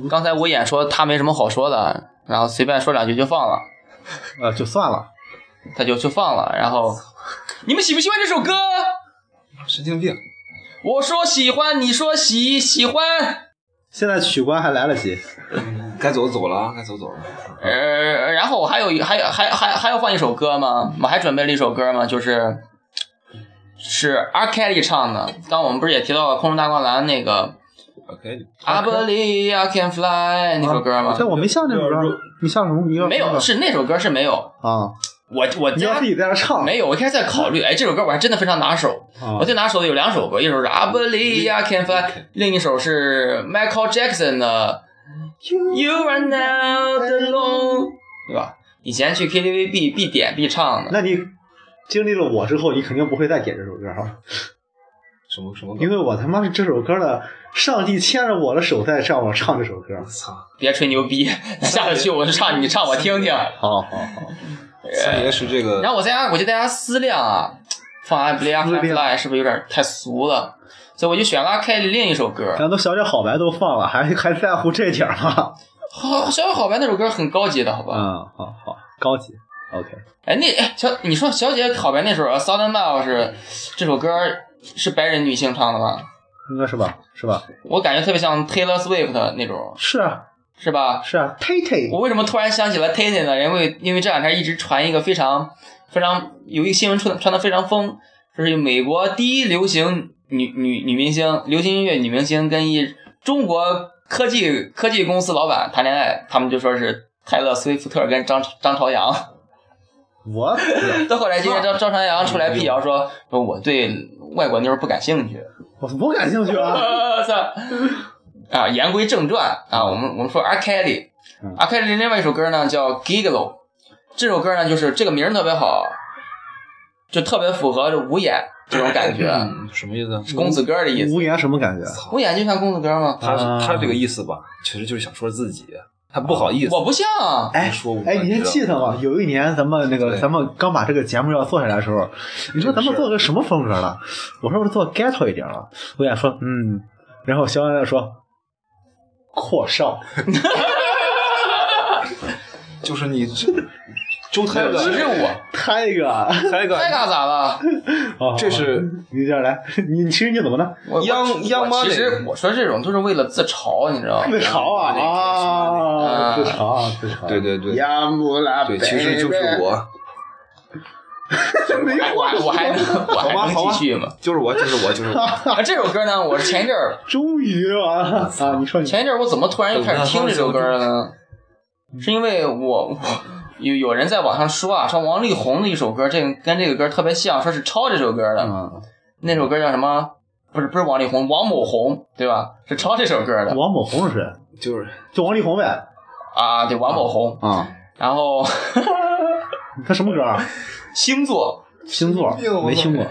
Speaker 3: 刚才我演说他没什么好说的，然后随便说两句就放了，
Speaker 1: 呃，就算了。
Speaker 3: 他就就放了。然后你们喜不喜欢这首歌？
Speaker 4: 神经病。
Speaker 3: 我说喜欢，你说喜喜欢。
Speaker 1: 现在取关还来得及，
Speaker 4: 该走走了啊，该走走了。
Speaker 3: 呃，然后我还有一还有还还还要放一首歌吗？我还准备了一首歌吗？就是是 R Kelly 唱的。刚刚我们不是也提到了《空中大灌篮》那个
Speaker 4: OK，
Speaker 3: I Believe I Can Fly 那首歌吗？
Speaker 1: 但我没啊像那首歌，你像什么？你要
Speaker 3: 没有，是那首歌是没有。
Speaker 1: 啊？
Speaker 3: 我我
Speaker 1: 你要
Speaker 3: 家
Speaker 1: 自己在那唱，
Speaker 3: 没有，我一开始在考虑，哎，这首歌我还真的非常拿手。
Speaker 1: 啊
Speaker 3: 我最拿手的有两首歌，一首是 I Believe I Can Fly，另一首是 Michael Jackson 的 You Are Not Alone，对吧？以前去 KTV 必必点必唱的，
Speaker 1: 那你经历了我之后，你肯定不会再点这首歌哈，
Speaker 4: 什么什么歌？
Speaker 1: 因为我他妈是这首歌的上帝牵着我的手在让我唱这首歌。
Speaker 4: 操，
Speaker 3: 别吹牛逼，下次去我就唱，你唱我听听。
Speaker 1: 好好好，
Speaker 4: 三爷是这个
Speaker 3: 然后我在家，我就在家思量啊，放 I Believe I
Speaker 1: 思
Speaker 3: Can
Speaker 1: 量
Speaker 3: Fly 是不是有点太俗了？所以我就选了 R Kelly 另一首歌，
Speaker 1: 咱都小小好白都放了， [laughs] 还还在乎这点儿吗？ [laughs]
Speaker 3: 好，小小好白那首歌很高级的，好吧？
Speaker 1: 嗯，好好高级，OK。
Speaker 3: 哎，那哎小，你说小姐好白那首《Southern Love》是这首歌是白人女性唱的吧？
Speaker 1: 应该是吧？是吧？
Speaker 3: 我感觉特别像 Taylor Swift 的那种，
Speaker 1: 是啊，
Speaker 3: 是吧？
Speaker 1: 是啊，Tay Tay
Speaker 3: 我为什么突然想起了 Tay 呢？因为因为这两天一直传一个非常非常有一个新闻传传的非常疯，就是美国第一流行女女女明星、流行音乐女明星跟一中国科技科技公司老板谈恋爱，他们就说是泰勒·斯威夫特跟张张朝阳。
Speaker 1: 我
Speaker 3: [laughs] 到后来，今天张张朝阳出来辟谣说
Speaker 1: 嗯
Speaker 3: 说我对外国妞儿不感兴趣。
Speaker 1: 我不感兴趣啊。
Speaker 3: 我 [laughs] 操！啊，言归正传啊，我们我们说 R Kelly，R
Speaker 1: 嗯
Speaker 3: Kelly 另外一首歌呢叫《Gigolo》，这首歌呢就是这个名儿特别好，就特别符合这五眼这种感觉， [laughs]
Speaker 4: 嗯什么意思啊？
Speaker 3: 是公子哥的意思。
Speaker 1: 无言什么感觉？
Speaker 3: 五眼就像公子哥吗？
Speaker 4: 他是
Speaker 1: 啊
Speaker 4: 他这个意思吧，其实就是想说自己，他不好意思。
Speaker 3: 我不像啊，
Speaker 1: 哎
Speaker 4: 说我
Speaker 1: 哎，你还记得吗？有一年咱们那个
Speaker 4: 对
Speaker 1: 咱们刚把这个节目要做下来的时候，你说咱们做个什么风格的？我说我做 ghetto 一点了。我想说嗯，然后肖恩说阔少，
Speaker 4: 就是你这周泰勒，
Speaker 3: 其实我
Speaker 1: 太个
Speaker 4: 泰勒
Speaker 3: 再干咋了？
Speaker 4: 这是
Speaker 1: 哦你这样来，你其实你怎么呢？
Speaker 3: 我我
Speaker 4: 央央妈
Speaker 3: 我
Speaker 4: 那
Speaker 3: 其实
Speaker 4: 个
Speaker 3: 我说这种就是为了自嘲，你知道吗？
Speaker 1: 自嘲啊啊，
Speaker 3: 嗯
Speaker 1: 自嘲啊自嘲，
Speaker 4: 对对对
Speaker 1: 亚姆拉
Speaker 4: 对，其实就是我，
Speaker 1: 没
Speaker 3: 我还我还
Speaker 4: [laughs]
Speaker 3: 能我还
Speaker 4: 好吧好
Speaker 3: 能
Speaker 4: 吧
Speaker 3: 继续吗？
Speaker 4: 就是我，就是我，就
Speaker 1: [laughs]
Speaker 4: 是我。
Speaker 3: 啊，这首歌呢，我是前一阵儿
Speaker 1: 终于完了啊！你说你
Speaker 3: 前一阵儿我怎么突然又开始听这首歌了呢？是因为我我有有人在网上说啊，说王力宏的一首歌，这个跟这个歌特别像，说是抄这首歌的。
Speaker 1: 嗯，
Speaker 3: 那首歌叫什么？不是不是王力宏，王某宏对吧？是抄这首歌的
Speaker 1: 王某红是谁？
Speaker 4: 就是
Speaker 1: 就王力宏呗
Speaker 3: 啊，对，王某宏。
Speaker 1: 啊！
Speaker 3: 然后 [laughs]
Speaker 1: 他什么歌啊？
Speaker 3: 星座，
Speaker 1: 星座没听过，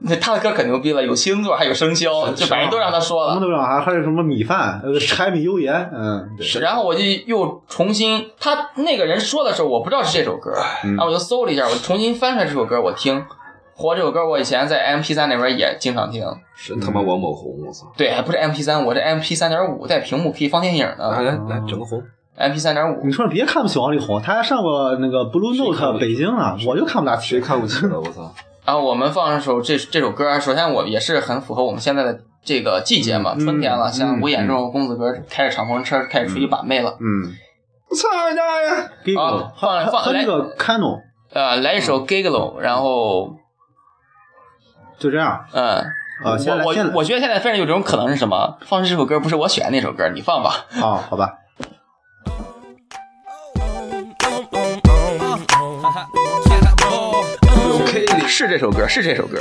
Speaker 3: 那他的歌可牛逼了，有星座还有生肖，就反正都让他说
Speaker 1: 什
Speaker 3: 了
Speaker 1: 么。都不知道，还还有什么米饭、呃柴米油盐，嗯，对，
Speaker 3: 然后我就又重新，他那个人说的时候，我不知道是这首歌，
Speaker 1: 嗯
Speaker 3: 然后我就搜了一下，我重新翻出来这首歌，我听。或这首歌我以前在 MP 三那边也经常听，
Speaker 4: 神他妈王某红，我操！
Speaker 3: 对，还不是 MP 三，我这 MP 三点五带屏幕可以放电影
Speaker 4: 来
Speaker 3: 的
Speaker 4: 来
Speaker 1: 嗯
Speaker 4: 来，整个红，
Speaker 3: ，MP 三点五
Speaker 1: 你。说别看不起王力宏，他还上过那个 Blue
Speaker 4: 谁看不
Speaker 1: Note
Speaker 4: 起
Speaker 1: 北京呢，我就看不大
Speaker 4: 谁
Speaker 1: 起。
Speaker 4: 看不起了？我操！
Speaker 3: 然后我们放一首这这首歌，首先我也是很符合我们现在的这个季节嘛，
Speaker 1: 嗯
Speaker 3: 春天了，
Speaker 1: 嗯
Speaker 3: 像
Speaker 1: 嗯
Speaker 3: 我演这种公子哥开着敞篷车开始出去把妹了，
Speaker 1: 嗯，
Speaker 4: 操你大爷！
Speaker 1: 给
Speaker 3: 啊
Speaker 1: 我
Speaker 3: 放
Speaker 1: 还
Speaker 3: 放
Speaker 1: 还
Speaker 3: 来
Speaker 1: 那个嗯 Cano，
Speaker 3: 呃，来一首 Gigolo，然后
Speaker 1: 就这样
Speaker 3: 嗯。
Speaker 1: 啊，先来
Speaker 3: 我
Speaker 1: 先
Speaker 3: 我
Speaker 1: 来
Speaker 3: 我觉得现在非常有这种可能是什么？放这首歌不是我选的那首歌，你放吧。
Speaker 1: [laughs] 啊，好吧，
Speaker 3: 是这首歌，是这首歌。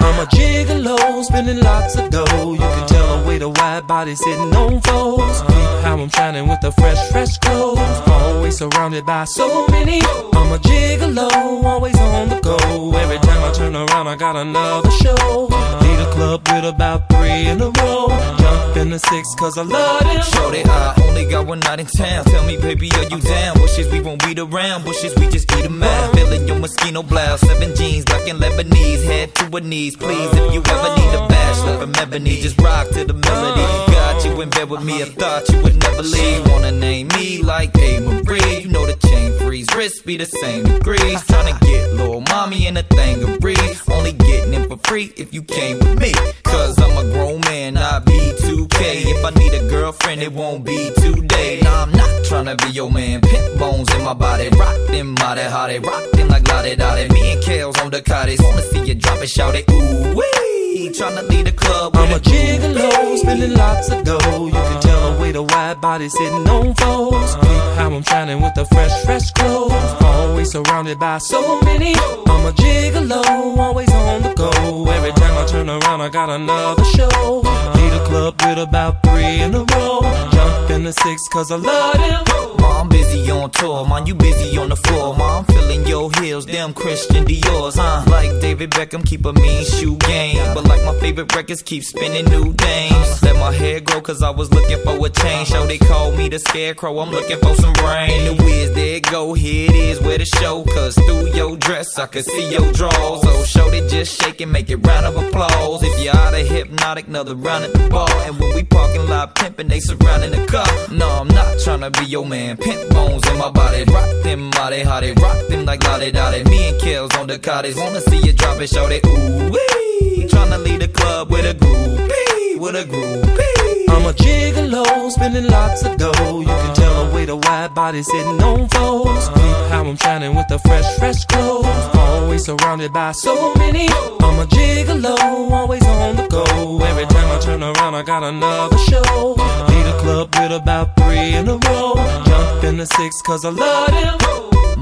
Speaker 6: I'm a gigolo, spending lots of dough. You can tell the way the wide body sitting on foes. Peep how I'm shining with the fresh, fresh clothes. Always surrounded by so many. I'm a gigolo, always on the go. Every time I turn around, I got another show. Lead a club with about three in a row. Jump in the six, cause I love it.
Speaker 7: Shorty, I only got one night in town. Tell me, baby, are you down? Bushes, we won't beat around. Bushes, we just eat 'em out. Feeling your mosquito blouse. Seven jeans, black and Lebanese. Head to her knees, please. If you ever need a bad flesh, love from ebony. Just rock to the melody. Got you in bed with me. I thought you would never leave. Wanna name me like A. Marie. You know the chain freeze, wrists be the same degrees. Tryna get little mommy in a thingery. Only getting it for free if you came with me. Cause I'm a grown man, I be 2K. If I need a girlfriend, it won't be today. Nah, I'm not tryna be your man. Pimp bones in my body, rock them mighty how they rock them like la da da. Me and Kales on the cottage, wanna see you drop it, shout it. Ooh wee, tryna lead the club.
Speaker 8: I'm a
Speaker 7: with Uh-huh.
Speaker 8: gigolo, spending lots of dough. You can tell the way the wide body sitting on folds. How I'm shining with the fresh, fresh clothes.
Speaker 7: Uh-huh.
Speaker 8: Always surrounded by so many. I'm a gigolo, always on the go. Every time I turn around, I got another show.
Speaker 7: Uh-huh.
Speaker 8: Lead a club with about three in a row. Jump in the six, cause I love them.
Speaker 7: Ma, I'm busy on tour, man, you busy on the floor, ma. I'm feeling your heels, them Christian Dior's, huh? Like David Beckham, keep a mean shoe game. But like my favorite records, keep spinning new things. Let my hair grow, cause I was looking for a change. So they call me the scarecrow, I'm looking for some rain. And the whiz, there it go, here it is, where the show. Cause through your dress, I can see your draws. So show they just shake and make it round of applause. If you're out of hypnotic, another round at the bar. And when we parking lot pimping, they surrounding the car. No, I'm not trying to be your man. Pimp bones in my body. Rock them body, how they rock them like lottie dotty. Me and Kels on the cottage. Wanna see you drop it, shout it. Ooh, wee. Tryna lead a club with a groupie. With a groupie.
Speaker 8: I'm a gigolo, spending lots of dough. You can tell the way the wide body sitting on folds. How I'm shining with the fresh, fresh clothes. Always surrounded by so many. I'm a gigolo, always on the go. Every time I turn around, I got another show. Lead a club with about three in a row. Jump in the six, cause I love them.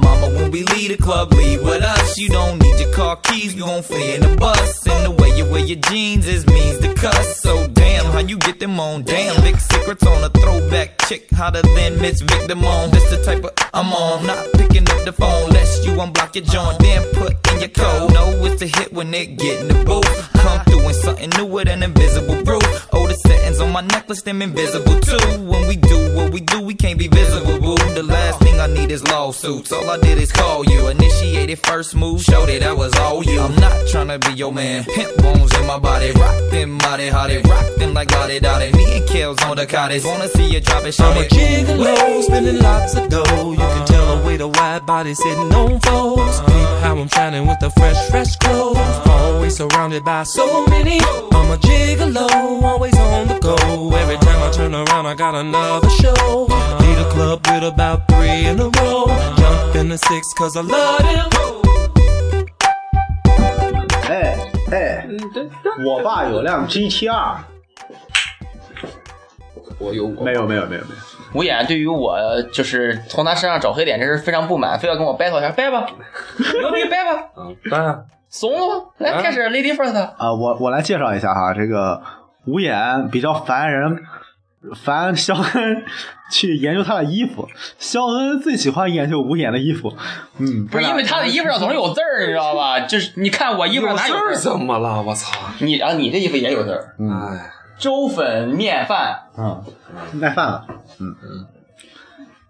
Speaker 7: Mama, when we leave the club, leave with us. You don't need your car keys, you gon' flee in the bus. And the way you wear your jeans is means to cuss. So damn, how you get them on? Damn, big secrets on a throwback chick, hotter than Miss Victim on. That's the type of I'm on. Not picking up the phone, lest you unblock your joint, then put in your code. Know it's a hit when it get in the booth. Come through and something new with an invisible roof. Oh, the settings on my necklace, them invisible too. When we do what we do, we can't be visible. Boo. The last thing I need is lawsuits. All I did is call you. Initiated first move, showed it I was all you. I'm not tryna be your man. Pimp bones in my body, rock them body, how they rock them like lottie dotty. Me and Kels on the cottage, wanna see you drop it, shout
Speaker 8: I'm a
Speaker 7: it.
Speaker 8: gigolo, spending lots of dough. You can tell the way the wide body sitting on folds. How I'm shining with the fresh, fresh clothes. Always surrounded by so many. I'm a gigolo, always on the go. Every time I turn around, I got another show. Lead a club with about three in a row. Jump in the six, cause I love them.
Speaker 1: 哎哎，我爸有辆 GTR，
Speaker 4: 我有过
Speaker 1: 没有没有没有没有，
Speaker 3: 无眼对于我就是从他身上找黑点，这是非常不满，非要跟我 battle 一下，掰吧，牛逼掰吧，
Speaker 4: 啊，当然
Speaker 3: 怂了吗？来开始 lady first，
Speaker 1: 啊，我我来介绍一下哈，这个无眼比较烦人，烦肖恩去研究他的衣服。肖恩最喜欢研究无眼的衣服，嗯，
Speaker 3: 不是
Speaker 4: 啊
Speaker 3: 因为他的衣服上总是有字儿，你知道吧？就是你看我衣服上哪
Speaker 4: 事儿
Speaker 3: 有字儿？
Speaker 4: 怎么了？我操！
Speaker 3: 你啊，你这衣服也有字儿，
Speaker 1: 嗯
Speaker 4: 哎，
Speaker 3: 粥粉面饭，
Speaker 1: 啊、 [laughs] 耐饭了，嗯嗯，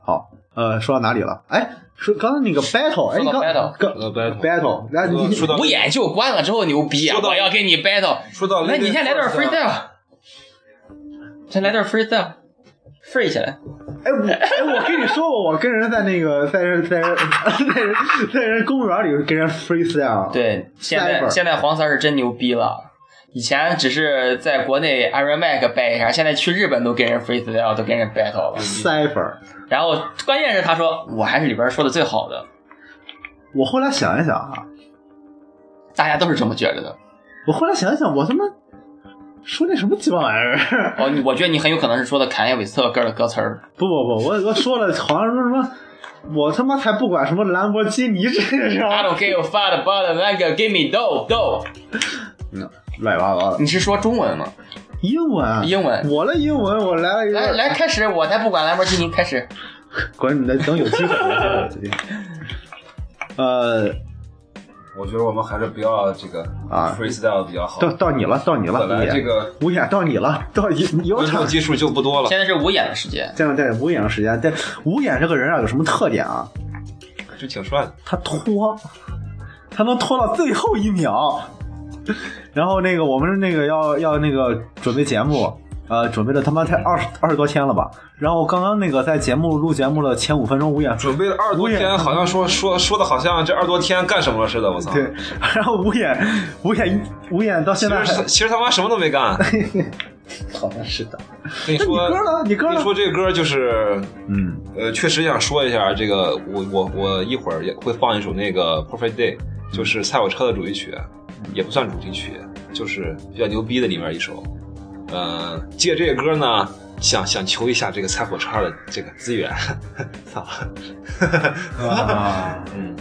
Speaker 1: 好，呃，说到哪里了？哎，说刚刚那个 battle，哎，
Speaker 3: 说到
Speaker 1: 你刚
Speaker 3: battle
Speaker 1: 刚
Speaker 4: 说到 battle
Speaker 1: battle，然后你
Speaker 4: 说到
Speaker 3: 无眼就关了之后牛逼啊！
Speaker 4: 说到
Speaker 3: 我要跟你 battle，
Speaker 4: 说到
Speaker 3: 那
Speaker 4: Lady
Speaker 3: 你先来段
Speaker 4: First 啊
Speaker 3: freestyle，先来段 freestyle，free 起来。
Speaker 1: 哎我哎我跟你说过，我跟人在那个在人在人在人在人公园里跟人 freestyle，，
Speaker 3: 对，现在
Speaker 1: Cyber
Speaker 3: 现在黄三是真牛逼了。以前只是在国内 Iron Mac 掰一下，现在去日本都跟人 freestyle，都跟人 battle 了。
Speaker 1: cypher。
Speaker 3: 然后关键是他说我还是里边说的最好的，
Speaker 1: 我后来想一想啊，
Speaker 3: 大家都是这么觉得的。
Speaker 1: 我后来想一想，我他妈说那什么鸡巴玩意儿？
Speaker 3: 哦，你我觉得你很有可能是说的坎耶韦斯特歌的歌词儿。
Speaker 1: 不不不，我我说了，好像说什么，我他妈才不管什么兰博基尼这
Speaker 3: [laughs] I
Speaker 1: 是吧
Speaker 3: don't give a fuck about a nigga, give me dough dough。
Speaker 1: 乱七八糟的。
Speaker 3: 你是说中文吗？
Speaker 1: 英文，
Speaker 3: 英文
Speaker 1: 我的英文，我来了一
Speaker 3: 来
Speaker 1: 个，
Speaker 3: 来，开始，我才不管兰博基尼，开始。
Speaker 1: 滚你的，等有机会，有机会有机会。呃，
Speaker 4: 我觉得我们还是不要这个
Speaker 1: 啊
Speaker 4: freestyle 比较好。
Speaker 1: 到到你了，到你了，
Speaker 4: 本来
Speaker 1: 无眼
Speaker 4: 这个
Speaker 1: 无眼到你了，到你你又
Speaker 4: 观
Speaker 1: 唱
Speaker 4: 众基数就不多了
Speaker 3: 现，在是无眼的时间，
Speaker 1: 这样在无眼的时间，但无眼这个人啊有什么特点啊？
Speaker 4: 就挺帅的。
Speaker 1: 他拖，他能拖到最后一秒。然后那个我们那个要要那个准备节目，呃，准备了他妈才二十二十多天了吧？然后刚刚那个在节目录节目的前五分钟，吴眼
Speaker 4: 准备了二十多
Speaker 1: 我也
Speaker 4: 天，好像说说说的好像这二十多天干什么了似的，我操！
Speaker 1: 对，然后吴眼吴眼吴眼到
Speaker 4: 其
Speaker 1: 现在
Speaker 4: 实
Speaker 1: 还
Speaker 4: 是其实他妈什么都没干。
Speaker 1: [laughs] 好像是的，
Speaker 4: 跟你
Speaker 1: 那你
Speaker 4: 说，
Speaker 1: 歌呢？你歌
Speaker 4: 跟
Speaker 1: 呢
Speaker 4: 你？说这个歌就是，
Speaker 1: 嗯，
Speaker 4: 呃，确实想说一下这个，我我我一会儿也会放一首那个《Perfect Day》，就是蔡小车的主题曲，也不算主题曲，就是比较牛逼的里面一首。呃，借这个歌呢，想想求一下这个蔡火车的这个资源，操，
Speaker 1: 啊，
Speaker 4: 嗯，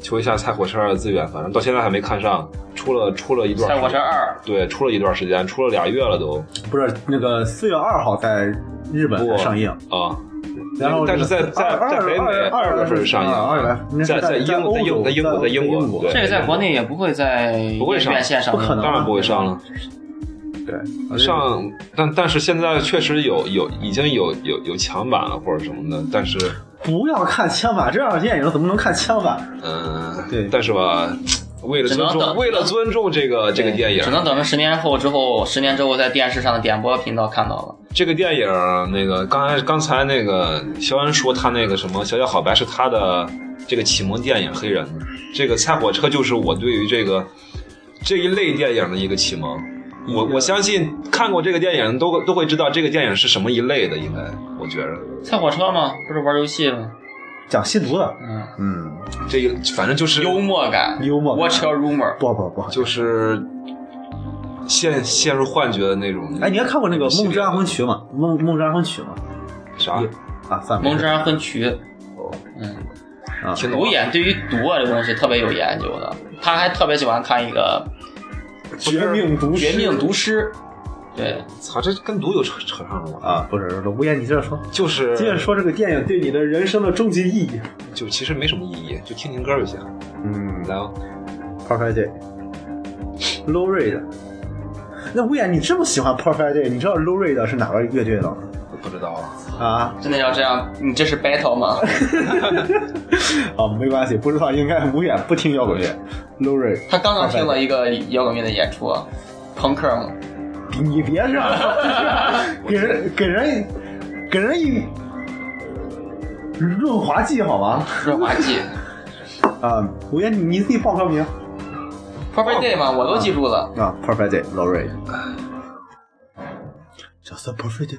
Speaker 4: 求一下蔡火车的资源，反正到现在还没看上，出了出了一段，
Speaker 3: 在我这，二，
Speaker 4: 对，出了一段时间，出了俩月了都
Speaker 1: 不是那个四月二号在日本
Speaker 4: 不
Speaker 1: 上映，
Speaker 4: 啊。
Speaker 1: 然后
Speaker 4: 但是在在
Speaker 1: 二
Speaker 4: 在北美
Speaker 1: 二二
Speaker 4: 二月份上
Speaker 1: 二月
Speaker 4: 映，
Speaker 1: 份
Speaker 4: 在
Speaker 1: 在
Speaker 4: 英在英
Speaker 1: 国
Speaker 4: 在英国在英
Speaker 1: 国
Speaker 4: 国，对
Speaker 3: 这个在国内也不会在
Speaker 4: 不会上
Speaker 3: 院线上映，
Speaker 1: 不可能啊
Speaker 4: 当然不会上了。
Speaker 1: 对
Speaker 4: 上，但但是现在确实有有已经有有有强版了或者什么的，但是
Speaker 1: 不要看枪版，这样的电影怎么能看枪版？
Speaker 4: 嗯，
Speaker 1: 对
Speaker 4: 但是吧，为了
Speaker 3: 只能
Speaker 4: 尊重
Speaker 3: 等
Speaker 4: 为了尊重这个这个电影
Speaker 3: 只，能等着十年后之后，十年之后在电视上的点播频道看到了。
Speaker 4: 这个电影啊那个刚才刚才那个肖恩说他那个什么《小小好白》是他的这个启蒙电影黑人，这个《菜火车》就是我对于这个这一类电影的一个启蒙。我我相信看过这个电影都都会知道这个电影是什么一类的，应该我觉着
Speaker 3: 菜火车嘛，不是玩游戏吗？
Speaker 1: 讲吸毒的，
Speaker 3: 嗯，
Speaker 1: 嗯，
Speaker 4: 这一反正就是
Speaker 3: 幽默感
Speaker 1: 幽默感
Speaker 3: ，What's your rumor？
Speaker 1: 不不不，
Speaker 4: 就是陷陷入幻觉的那种。
Speaker 1: 哎，你还看过那个《梦之安魂
Speaker 4: 曲
Speaker 1: 曲》吗？《梦梦之安魂曲》吗？》
Speaker 4: 啥？哦
Speaker 1: 啊，算了，
Speaker 3: 蒙之安分渠，
Speaker 1: 啊，
Speaker 4: 听懂
Speaker 3: 独
Speaker 4: 了？
Speaker 3: 嗯眼对于毒啊这个东西特别有研究的，他还特别喜欢看一个
Speaker 1: 绝命毒
Speaker 3: 《
Speaker 1: 师
Speaker 3: 绝命毒师》，对，
Speaker 4: 操，这跟毒有扯扯上了吗？
Speaker 1: 啊，不是，吴言，你接着说，
Speaker 4: 就是
Speaker 1: 接着说这个电影对你的人生的终极意义。
Speaker 4: 就其实没什么意义，就听听歌就行。
Speaker 1: 嗯
Speaker 4: 来吧，
Speaker 1: ，Perfect
Speaker 3: [laughs]
Speaker 1: Day，Low Rate。那吴言，你这么喜欢 Perfect Day，你知道 Low Rate 是哪个乐队的吗？
Speaker 4: 我不知道啊。
Speaker 1: 啊
Speaker 3: 真的要这样？你这是 battle
Speaker 4: [laughs]
Speaker 3: 吗？
Speaker 1: 啊，没关系，不知道应该吴言不听摇滚乐，Low Rate。
Speaker 3: 他刚刚听了一个摇滚乐的演出，朋克嘛，
Speaker 1: 你别这样，
Speaker 3: [laughs]
Speaker 1: 给人给人给人一润滑剂好吗？
Speaker 3: 润滑剂
Speaker 1: [laughs] 啊，我言你你自己报个名
Speaker 3: ，Perfect Day 嘛，我都记住了。
Speaker 1: 啊，Perfect Day, l o r i
Speaker 3: 呃
Speaker 1: Just a perfect day.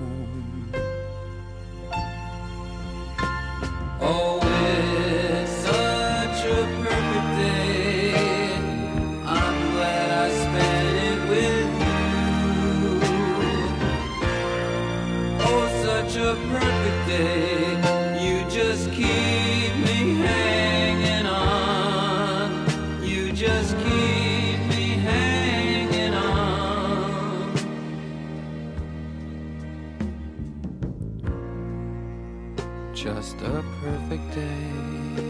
Speaker 9: Just a perfect day.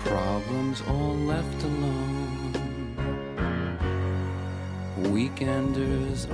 Speaker 9: Problems all left alone. Weekenders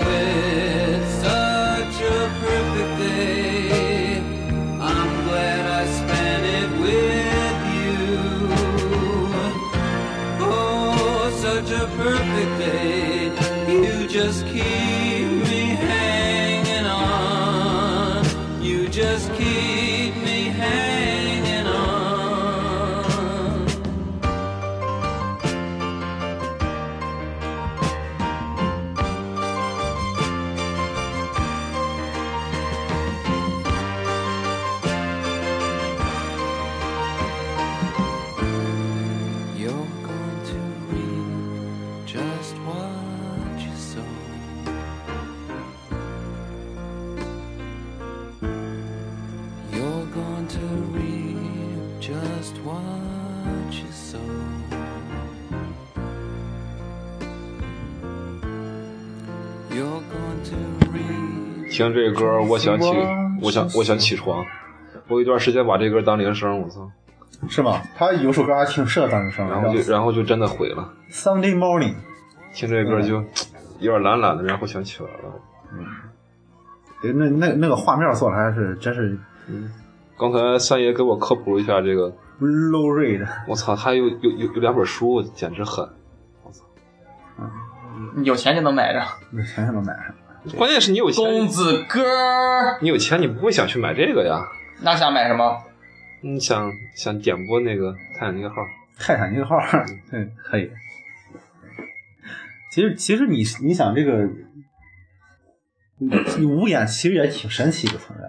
Speaker 9: it's such a perfect day. I'm glad I spent it with you. Oh, such a perfect day. You just
Speaker 6: just keep me hanging on. You just keep me hanging on.
Speaker 9: You're going to reap just what you sow. You're going to reap just what you sow. You're going to reap.
Speaker 4: 听这歌儿，我想起，我想，我想起床。我有一段时间把这歌当铃声，我操，
Speaker 1: 是吗？他有首歌还挺适合当铃声的，
Speaker 4: 然后就
Speaker 1: 叫
Speaker 4: 然后就真的毁了。
Speaker 1: Sunday Morning。
Speaker 4: 听这歌就有点懒懒的，然后想起来了。
Speaker 1: 对嗯那那那个画面做的还是真是
Speaker 4: 刚才三爷给我科普一下这个，
Speaker 1: low rate，
Speaker 4: 我操，他有有有有两本书，简直狠。嗯
Speaker 3: 你有钱就能买着。
Speaker 1: 有钱就能买上。
Speaker 4: 关键是你有
Speaker 3: 公
Speaker 4: 钱，
Speaker 3: 子哥儿，
Speaker 4: 你有钱你不会想去买这个呀？
Speaker 3: 那想买什么？
Speaker 4: 你想想点播那个看那个号，
Speaker 1: 泰坦尼克号，
Speaker 4: [laughs]
Speaker 1: 对，可以。其实其实你你想这个，你五眼其实也挺神奇的存在。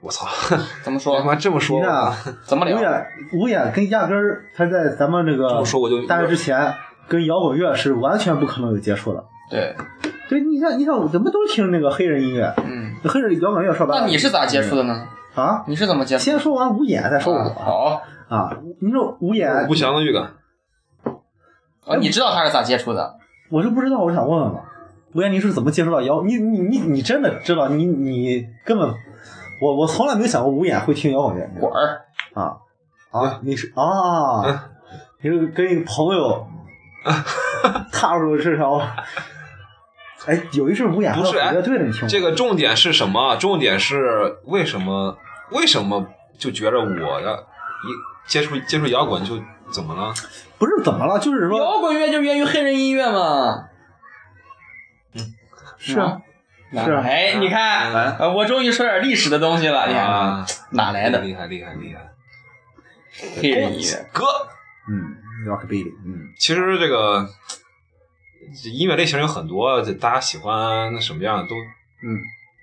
Speaker 4: 我操，
Speaker 3: [laughs] 怎么
Speaker 4: 他妈
Speaker 3: 说？
Speaker 4: 这么说
Speaker 1: 你，看，
Speaker 3: 怎么
Speaker 1: 五
Speaker 3: 聊？
Speaker 1: 眼五眼跟压根儿他在咱们这
Speaker 4: 这
Speaker 1: 个
Speaker 4: 么说我就
Speaker 1: 大学之前跟摇滚乐是完全不可能有接触的。
Speaker 3: 对，
Speaker 1: 对，你看你看，我们都听那个黑人音乐，
Speaker 3: 嗯，
Speaker 1: 黑人摇滚乐说白了。
Speaker 3: 那你是咋接触的呢？
Speaker 1: 啊？
Speaker 3: 你是怎么接触的？
Speaker 1: 先说完五眼，再说我
Speaker 3: 啊好，
Speaker 1: 啊。你说五眼，
Speaker 4: 不祥的预感。
Speaker 3: 哦你知道他是咋接触的？
Speaker 1: 我是不知道，我是想问问嘛，吴彦妮是怎么接触到摇？你你你你真的知道？你你根本，我我从来没有想过吴彦会听摇滚乐
Speaker 3: 滚儿！嗯
Speaker 1: 啊啊！你是啊，你是跟一个朋友
Speaker 3: 嗯
Speaker 1: [laughs] 踏入这条。哎，有一是吴彦和
Speaker 4: 不是哎
Speaker 1: 火乐队的，你听过？
Speaker 4: 这个重点是什么？重点是为什么？为什么就觉着我要一接触接触摇滚就怎么了？
Speaker 1: 不是怎么了？就是说，
Speaker 3: 摇滚乐就源于黑人音乐嘛。
Speaker 1: 是啊，
Speaker 3: 哪
Speaker 1: 是啊
Speaker 3: 嗯哎，你看，
Speaker 4: 啊
Speaker 3: 呃我终于说点历史的东西了。你看，
Speaker 4: 啊，
Speaker 3: 哪来的
Speaker 4: 厉害厉害厉害！
Speaker 3: 黑人音乐？
Speaker 4: 哥，
Speaker 1: 嗯，rockabilly，嗯，
Speaker 4: 其实这个这音乐类型有很多，这大家喜欢什么样的都
Speaker 1: 嗯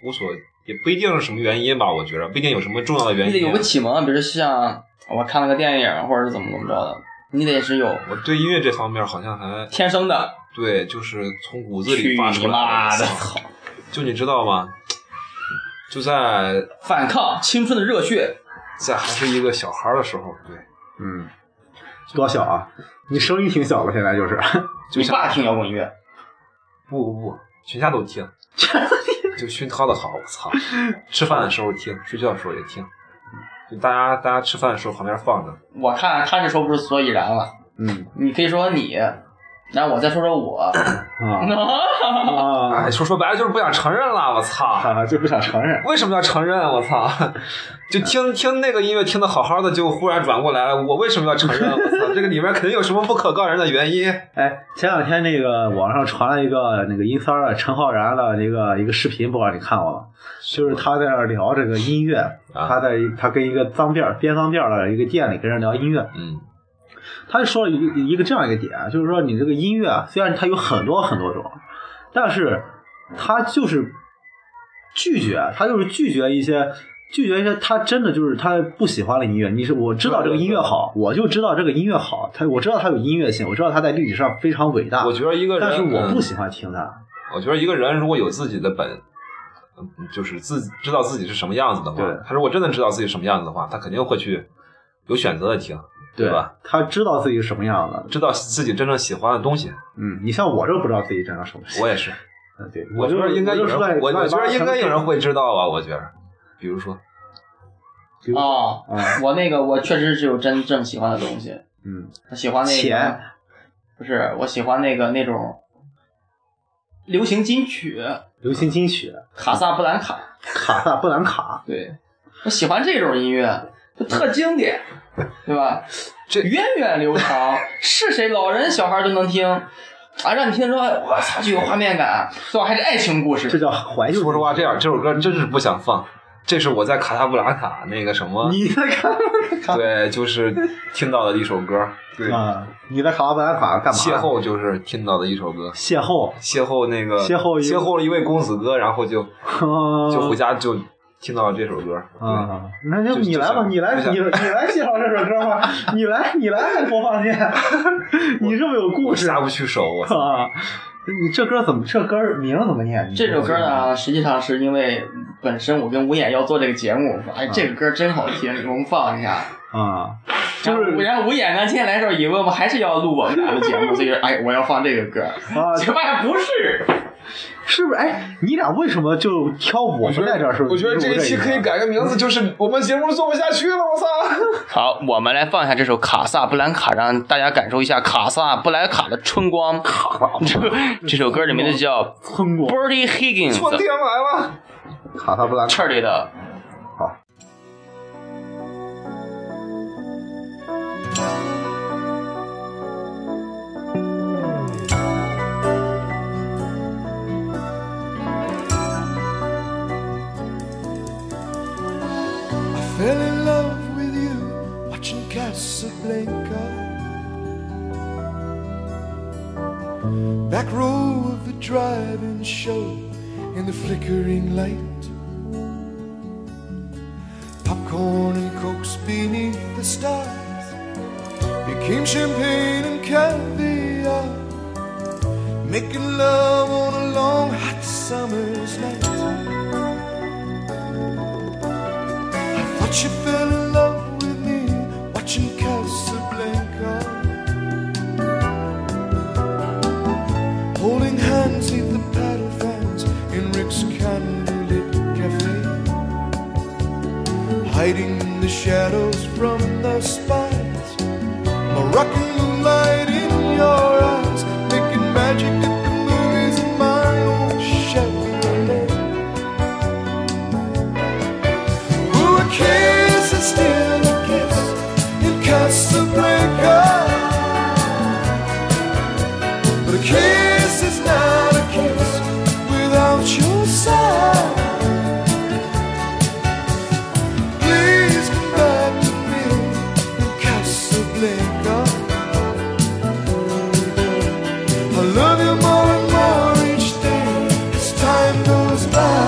Speaker 4: 无所，也不一定是什么原因吧。我觉着不一定有什么重要的原
Speaker 3: 你得
Speaker 4: 因啊
Speaker 3: 有。个启蒙，比如像我看了个电影，或者是怎么怎么着的，你得是有
Speaker 4: 我对音乐这方面好像还
Speaker 3: 天生的。
Speaker 4: 对，就是从骨子
Speaker 3: 去
Speaker 4: 里发
Speaker 3: 你
Speaker 4: 出来
Speaker 3: 妈的！
Speaker 4: 操
Speaker 3: 操
Speaker 4: 就你知道吗？就在
Speaker 3: 反抗青春的热血，
Speaker 4: 在还是一个小孩儿的时候，对，
Speaker 1: 嗯，多小啊！你声音挺小了，现在就是。
Speaker 4: 就
Speaker 3: 你
Speaker 4: 像
Speaker 3: 爸听摇滚乐，
Speaker 4: 不不不，全家
Speaker 3: [laughs]
Speaker 4: 都听，就熏陶的好，我操！吃饭的时候听，睡觉的时候也听，就大家大家吃饭的时候旁边放着，
Speaker 3: 我看他这说不是所以然了。
Speaker 1: 嗯
Speaker 3: 你可以说你，然后我再说说 [laughs] 我。
Speaker 1: 啊啊
Speaker 4: 哎，说说白了就是不想承认了，我操！
Speaker 1: 啊！就不想承认。
Speaker 4: 为什么要承认？啊
Speaker 1: [laughs]
Speaker 4: 我操！就听听那个音乐听的好好的，就忽然转过来，我为什么要承认？啊我操！这个里面肯定有什么不可告人的原因。
Speaker 1: 哎，前两天那个网上传了一个那个音三儿的陈浩然的一个一个视频，不管你看过吗？就是他在那儿聊这个音乐，
Speaker 4: 啊
Speaker 1: 他在他跟一个脏辫儿编脏辫儿的一个店里跟人聊音乐，
Speaker 4: 嗯
Speaker 1: 他就说了一个一个这样一个点，就是说你这个音乐虽然它有很多很多种，但是他就是拒绝，他就是拒绝一些。拒绝一些他真的就是他不喜欢的音乐，你是我知道这个音乐好，我就知道这个音乐好，他我知道它有音乐性，我知道它在历史上非常伟大，
Speaker 4: 我觉得一个人，
Speaker 1: 但是我不
Speaker 4: 嗯
Speaker 1: 喜欢听它。
Speaker 4: 我觉得一个人如果有自己的本，嗯就是自己知道自己是什么样子的话
Speaker 1: 对，
Speaker 4: 他如果真的知道自己什么样子的话，他肯定会去有选择的听，对吧？？
Speaker 1: 他知道自己是什么样子。
Speaker 4: 知道自己真正喜欢的东西。
Speaker 1: 嗯，你像我就不知道自己真正什么样。
Speaker 4: 我也是，
Speaker 1: 嗯对，
Speaker 4: 我觉得应该有
Speaker 1: 就
Speaker 4: 人
Speaker 1: 是在，
Speaker 4: 我我觉得应该有人
Speaker 1: 会
Speaker 4: 会知道啊，我觉得，比如说，
Speaker 3: 哦，
Speaker 1: 啊，
Speaker 3: 我那个我确实是有真正喜欢的东西，
Speaker 1: 嗯，
Speaker 3: 我喜欢那个
Speaker 1: 钱，
Speaker 3: 不是我喜欢那个那种流行金曲，
Speaker 1: 流行金曲、
Speaker 3: 卡萨布兰卡，
Speaker 1: [laughs] 卡萨布兰卡，
Speaker 3: 对我喜欢这种音乐，就特经典，对吧？
Speaker 4: 这
Speaker 3: 源远流长，是谁老人小孩都能听。啊，让你听着说，我操，就有画面感，最好哦还是爱情故
Speaker 1: 这
Speaker 3: 事。
Speaker 1: 叫怀旧。
Speaker 4: 说实话，这样这首歌真是不想放。这是我在卡萨布兰卡那个什么，
Speaker 1: 你在看
Speaker 4: 对，就是听到的一首歌。对，
Speaker 1: 啊？你在卡拉布兰卡干嘛？
Speaker 4: 邂，逅就是听到的一首歌。
Speaker 1: 邂逅，
Speaker 4: 邂逅那个
Speaker 1: 邂逅一
Speaker 4: 邂逅了一位公子哥，然后
Speaker 1: [laughs]
Speaker 4: 就就
Speaker 1: 就
Speaker 4: 回家就听到了这首歌。对，
Speaker 1: 啊，那就
Speaker 4: 就
Speaker 1: 你来吧，
Speaker 4: 就
Speaker 1: 你来，
Speaker 4: 就
Speaker 1: 你你来介绍这首歌吧，你来，你来按播放键，你这么有故
Speaker 4: 我
Speaker 1: 事
Speaker 4: 下
Speaker 1: 啊
Speaker 4: 不去手，我！操！
Speaker 1: 你这歌怎么，这歌名怎么念？你
Speaker 3: 这首歌
Speaker 1: 知道吗？
Speaker 3: 呢，实际上是因为本身我跟吴衍要做这个节目，我说哎，这个歌真好听，我们放一下。
Speaker 1: 啊， [laughs] 就是
Speaker 3: 然后吴衍呢，今天来的时候以为我们还是要录我们俩的节目，所以哎，我要放这个歌。
Speaker 1: 啊，
Speaker 3: 结果发现不是，
Speaker 1: 是不是？哎，你俩为什么就挑我们在这儿？是不是？
Speaker 4: 我觉得这一期可以。改个名字，就是我们节目做不下去了，我操！
Speaker 3: 好，我们来放一下这首《卡萨布兰卡》，让大家感受一下卡萨布兰卡的春光。这这首歌的名字叫
Speaker 1: 村
Speaker 3: 《
Speaker 1: 过
Speaker 3: Birdy Higgins
Speaker 4: 错》，地方来了。
Speaker 1: 卡萨布兰卡，
Speaker 3: 这里的
Speaker 10: I fell in love with you watching Casablanca. Back row of the drive-in show in the flickering light. Popcorn and cokes beneath the stars became champagne and caviar. Making love on a long hot summer's night. But she fell in love with me watching Casablanca. Holding hands neath the paddle fans in Rick's candlelit cafe. Hiding in the shadows from the spies. Moroccan moonlight in your eyes. Making magic at the movies in my own Chevrolet. Ooh, a kiss is still a kiss in Casablanca. But a kiss is not a kiss without your side. Please come back to me in Casablanca. I love you more and more each day as time goes by.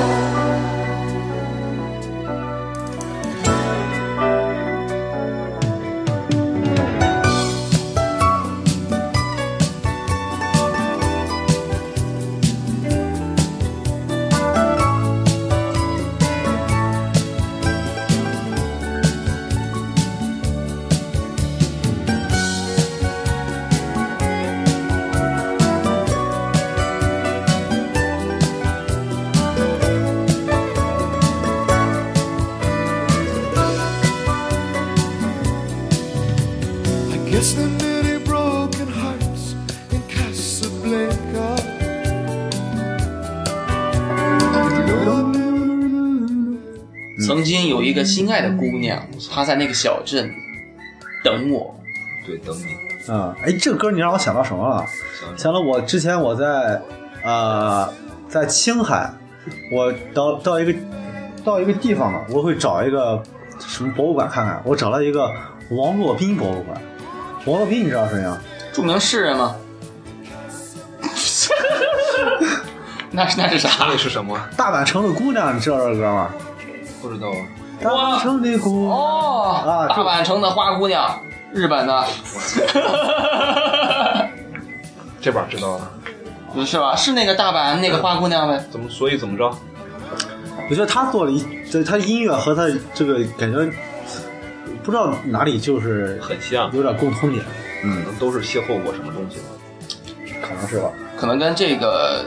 Speaker 10: I guess there are many broken hearts in Casablanca. Lord, never
Speaker 1: 嗯
Speaker 3: 曾经有一个心爱的姑娘，她在那个小镇等我。
Speaker 4: 对，等你。
Speaker 1: 嗯，哎，这歌你让我想到什么了？想到我之前我在呃在青海，我到到一个到一个地方了，我会找一个什么博物馆看看。我找了一个王洛宾博物馆，王洛宾你知道谁吗？
Speaker 3: 著名诗人吗？ [laughs] 那是那是啥？
Speaker 4: 那是什么？
Speaker 1: 大阪城的姑娘，你知道这歌吗？
Speaker 4: 不知道啊。
Speaker 1: 大阪城的姑娘。
Speaker 3: 哦
Speaker 1: 啊，
Speaker 3: 大
Speaker 1: 这
Speaker 3: 阪城的花姑娘，日本的，
Speaker 4: 这把知道了。
Speaker 3: 不是吧？是那个大阪那个花姑娘呗？
Speaker 4: 怎么？所以怎么着？
Speaker 1: 我觉得他做了一，这他音乐和他这个感觉，不知道哪里就是
Speaker 4: 很像，
Speaker 1: 有点共通点，
Speaker 4: 可能都是邂逅过什么东西吧。
Speaker 1: 可能是吧。
Speaker 3: 可能跟这个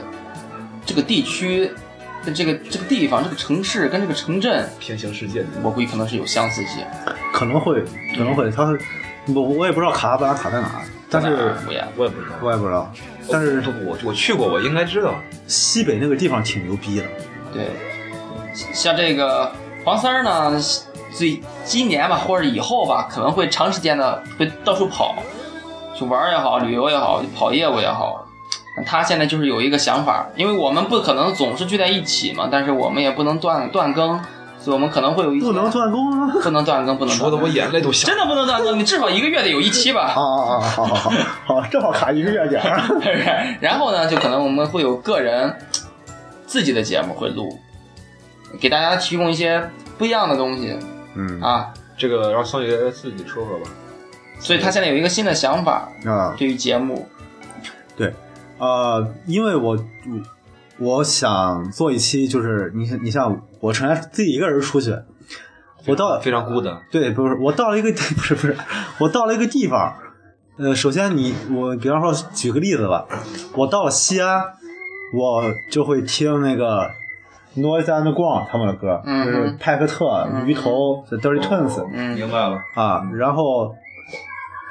Speaker 3: 这个地区、跟这个这个地方、这个城市、跟这个城镇，
Speaker 4: 平行世界里，
Speaker 3: 我估计可能是有相似性。
Speaker 1: 可能会，可能会，他我我也不知道卡拉布兰卡在哪儿，但是
Speaker 3: 不也
Speaker 4: 我也不知道。
Speaker 1: 我也不知道。但是
Speaker 4: 我我去过，我应该知道。
Speaker 1: 西北那个地方挺牛逼的，
Speaker 3: 对，像这个黄三儿呢，最今年吧，或者以后吧，可能会长时间的会到处跑，去玩儿也好，旅游也好，跑业务也好，他现在就是有一个想法，因为我们不可能总是聚在一起嘛，但是我们也不能断断更，所以我们可能会有一些
Speaker 1: 不能断供啊！
Speaker 3: 不能断更，不能
Speaker 4: 说
Speaker 3: 断更
Speaker 4: 的我眼泪都下
Speaker 3: 真。的不能断更，你至少一个月得有一期吧。
Speaker 1: 啊啊啊！ [laughs] 好好好好，正好卡一个
Speaker 4: [laughs]
Speaker 1: 月点儿。
Speaker 3: [laughs] 然后呢，就可能我们会有个人自己的节目会录，给大家提供一些不一样的东西
Speaker 1: 嗯
Speaker 3: 啊。
Speaker 4: 这个让宋姐自己说说吧。
Speaker 3: 所以他现在有一个新的想法，
Speaker 1: 啊
Speaker 3: 对于节目，
Speaker 1: 呃，因为我我想做一期，就是你你像我成天自己一个人出去，我到
Speaker 4: 非常孤单，
Speaker 1: 对，不是我到了一个 [laughs] 不是不是，我到了一个地方。呃，首先你我比方说举个例子吧，我到了西安，我就会听那个 Noise and Ground 他们的歌，
Speaker 3: 嗯
Speaker 1: 就是派克特、鱼头、The Dirty Twins、
Speaker 3: 嗯
Speaker 4: 明白了。
Speaker 1: 啊，然后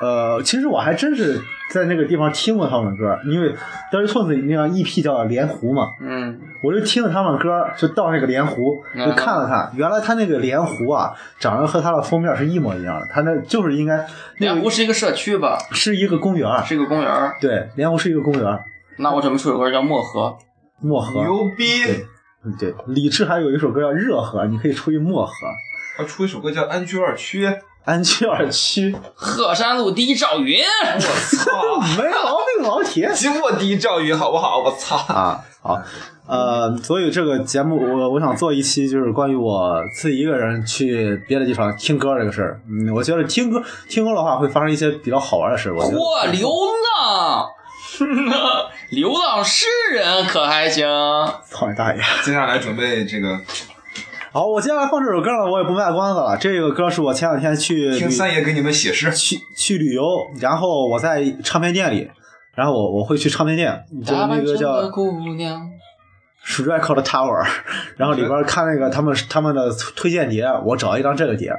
Speaker 1: 呃，其实我还真是在那个地方听过他们的歌，因为 Dirty Twins 那张 EP 叫《莲湖》嘛，
Speaker 3: 嗯，
Speaker 1: 我就听了他们的歌，就到那个莲湖，
Speaker 3: 嗯
Speaker 1: 就看了看，原来他那个莲湖啊，长得和他的封面是一模一样的，他那就是应该那
Speaker 3: 两
Speaker 1: 个
Speaker 3: 湖是一个社区吧，
Speaker 1: 是一个公园儿，
Speaker 3: 是一个公园儿。
Speaker 1: 对，莲湖是一个公园儿，
Speaker 3: 那我准备出首歌叫《漠河
Speaker 1: 漠河。
Speaker 4: 逼！
Speaker 1: 嗯，对，李志还有一首歌叫《热河》，你可以出于漠河、
Speaker 4: 他出一首歌叫《安居二区》，
Speaker 1: 安居二区，》，
Speaker 3: 鹤山路第一赵云。
Speaker 4: 操！
Speaker 1: 没毛病，老铁。
Speaker 4: 经过第一教育，好不好？我操！
Speaker 1: 啊，好，呃，所以这个节目我我想做一期，就是关于我自己一个人去别的地方听歌这个事儿。嗯，我觉得听歌听歌的话会发生一些比较好玩的事。我觉得哎
Speaker 3: 嚯，流浪， [laughs] 流浪诗人可还行？
Speaker 1: 操你大爷！
Speaker 4: 接下来准备这个
Speaker 1: 好，我接下来放这首歌呢，我也不卖关子了。这个歌是我前两天去旅
Speaker 4: 听三爷给你们写诗。
Speaker 1: 去去旅游，然后我在唱片店里，然后我我会去唱片店，就是
Speaker 3: 打
Speaker 1: 那
Speaker 3: 扮
Speaker 1: 个
Speaker 3: 成
Speaker 1: 叫
Speaker 3: 个姑娘，
Speaker 1: 《Record Tower》，然 [laughs] 后里边看那个他们他们的推荐碟，我找一张这个碟，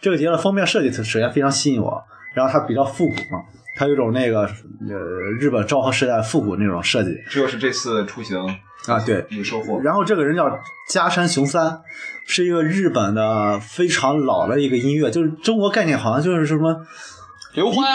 Speaker 1: 这个碟的封面设计首先非常吸引我，然后它比较复古嘛，它有一种那个呃日本昭和时代复古那种设计
Speaker 4: 这就是这次出行
Speaker 1: 啊，对。
Speaker 4: 有收获。
Speaker 1: 然后这个人叫加山雄三，是一个日本的非常老的一个音乐，就是中国概念好像就是什么
Speaker 3: 刘欢，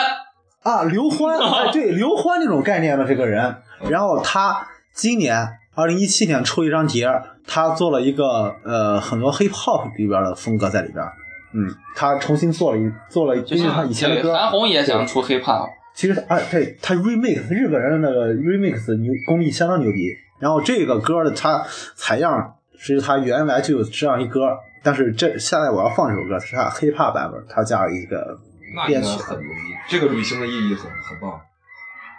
Speaker 1: 啊，刘
Speaker 3: [laughs]
Speaker 1: 欢，哎，对，刘欢这种概念的这个人，然后他今年二零一七年出一张碟，他做了一个呃很多 hip hop 里边的风格在里边，嗯，他重新做了一做了，
Speaker 3: 就
Speaker 1: 根据
Speaker 3: 是
Speaker 1: 他以前的歌，
Speaker 3: 韩红也想出 hiphop，
Speaker 1: 其实他哎对他 remix 日本人的那个 remix 牛功力相当牛逼，然后这个歌的他采样是他原来就有这样一歌，但是这下来我要放这首歌是他 hip hop 版本，他加了一个
Speaker 4: 那应
Speaker 1: 编
Speaker 4: 该
Speaker 1: 曲，
Speaker 4: 很牛逼，这个旅行的意义很很棒。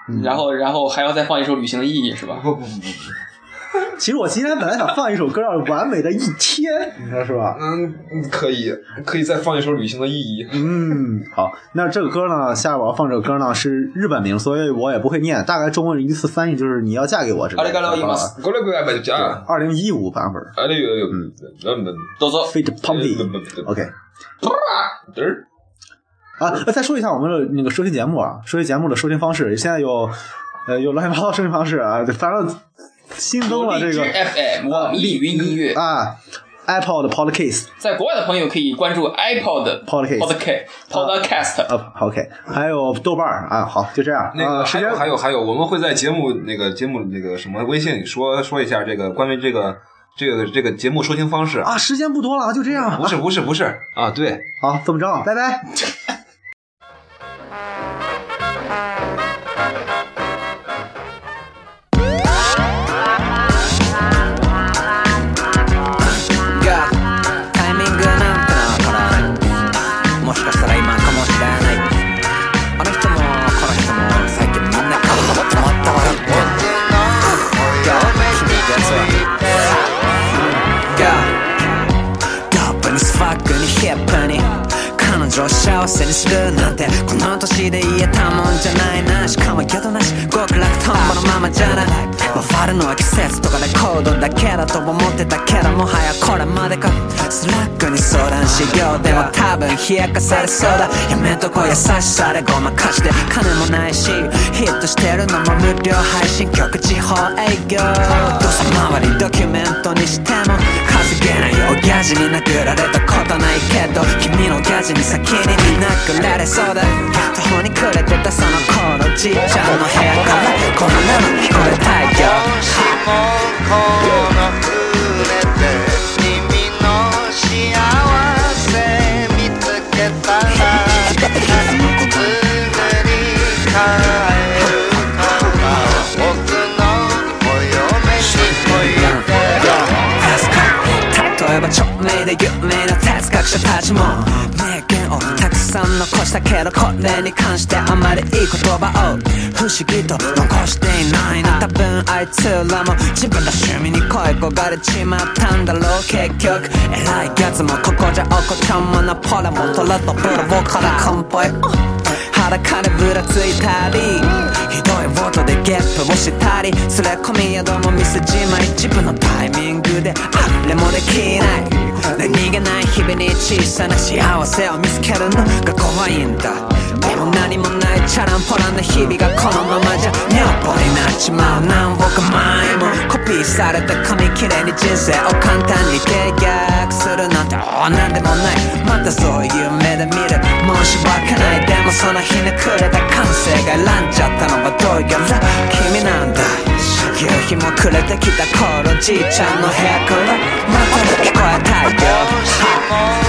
Speaker 1: 嗯
Speaker 3: 然后然后还要再放一首《旅行的意义》是吧？
Speaker 4: 不不不不不，
Speaker 1: 其实我今天本来想放一首歌，叫《完美的一天》，你说是吧？
Speaker 4: 嗯，可以可以再放一首《旅行的意义》。
Speaker 1: 嗯，好，那这个歌呢，下边我要放这个歌呢是日本名，所以我也不会念，大概中文一次翻译就是“你要嫁给我”之类
Speaker 4: 阿里
Speaker 1: 的
Speaker 4: 嘎多伊马
Speaker 1: 吧。
Speaker 4: 斯，过来过来买家。
Speaker 1: 二零一五版本
Speaker 4: 阿里有有，
Speaker 1: 嗯
Speaker 4: 嗯嗯，
Speaker 3: 都走。
Speaker 1: ，Fit Pumpy。OK
Speaker 4: 嘚儿，
Speaker 1: 啊，再说一下我们的那个收听节目啊，收听节目的收听方式，现在有呃有乱七八糟收听方式啊，反正新增了这
Speaker 3: 荔枝
Speaker 1: 个
Speaker 3: FM，我们易云音乐，
Speaker 1: 啊，Apple 的 Podcast
Speaker 3: 在国外的朋友可以关注 iPod
Speaker 1: Podcast
Speaker 3: Podcast Podcast，
Speaker 1: 啊，OK，还有豆瓣儿啊，好，就这样
Speaker 4: 那
Speaker 1: 啊，
Speaker 4: 个
Speaker 1: 时
Speaker 4: 还
Speaker 1: 间
Speaker 4: 有还有还有，我们会在节目那个节目那个什么微信里说说一下这个关于这个这个这个节目收听方式。
Speaker 1: 啊，时间不多了啊，就这样啊
Speaker 4: 不，是不是不是啊，对，
Speaker 1: 好，这么着，拜拜。
Speaker 11: がタイミングなんてのは取らないもしかしたら今かもしれないあの人もこの人も最近みんな顔が止まったわよ君ってやつはがドップにスファックにヒップに彼女を幸せにするなんてこの年で言えたもんじゃないなしかも宿なし極楽とんぼのままじゃない回るのは季節とかで行動だけだと思ってたけどもはやこれまでかスラックに相談しようでも多分冷やかされそうだやめとこう優しさでごまかして金もないしヒットしてるのも無料配信局地方営業どうせ周りドキュメントにしても稼げないよギャジに殴られたことないけど君のギャジに先に殴られそうだ途方に暮れてたその頃じいちゃんの部屋からこの生聞こえ 복잡하지 뭐 내겐 어탁산 놓고 시작해도 컷내니 칸시대 한 말이 이言葉を不思議と残していないな多分あいつらも自分の趣味に恋焦がれちまったんだろう結局偉いやつもここじゃおこちゃんもナポレもトラとブラボーから乾杯裸でぶらついたりひどい音でゲップをしたりすれ込み宿も店じまい自分のタイミングであれもできない何気ない日々に小さな幸せを見つけるのが怖いんだでも何もないチャランポランな日々がこのままじゃ女房になっちまう何億前もコピーされた紙切れに人生を簡単に定約するなんておーなんでもないまたそういう目で見る申し訳ないでもそのひねくれた感性が選んじゃったのはどうやら君なんだ夕日も暮れてきた頃じいちゃんの部屋からまた聞こえたよ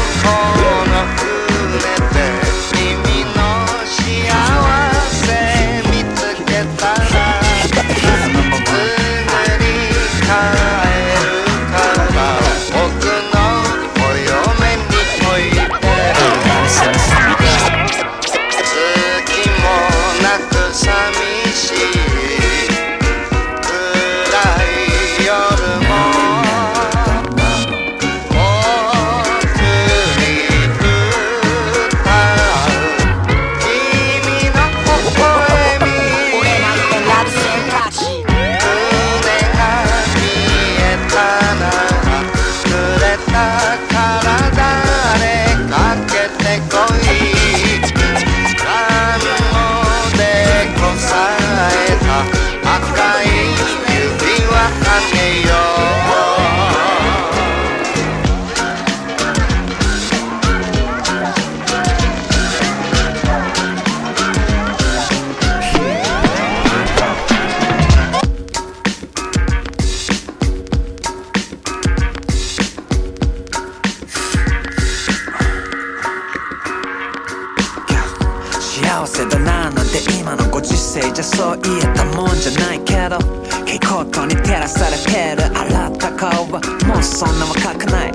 Speaker 11: 幸せだななんて今のご時世じゃそう言えたもんじゃないけど蛍光灯に照らされてる洗った顔はもうそんな若くない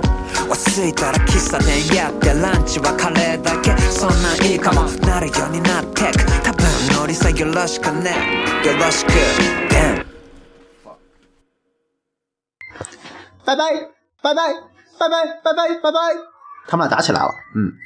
Speaker 11: 落ち着いたら喫茶店やってランチはカレーだけそんなんいいかもなるようになってく多分ノリさよろしくねよろしくでん
Speaker 1: 拜拜，拜拜，拜拜，拜拜，拜拜。他们俩打起来了，嗯。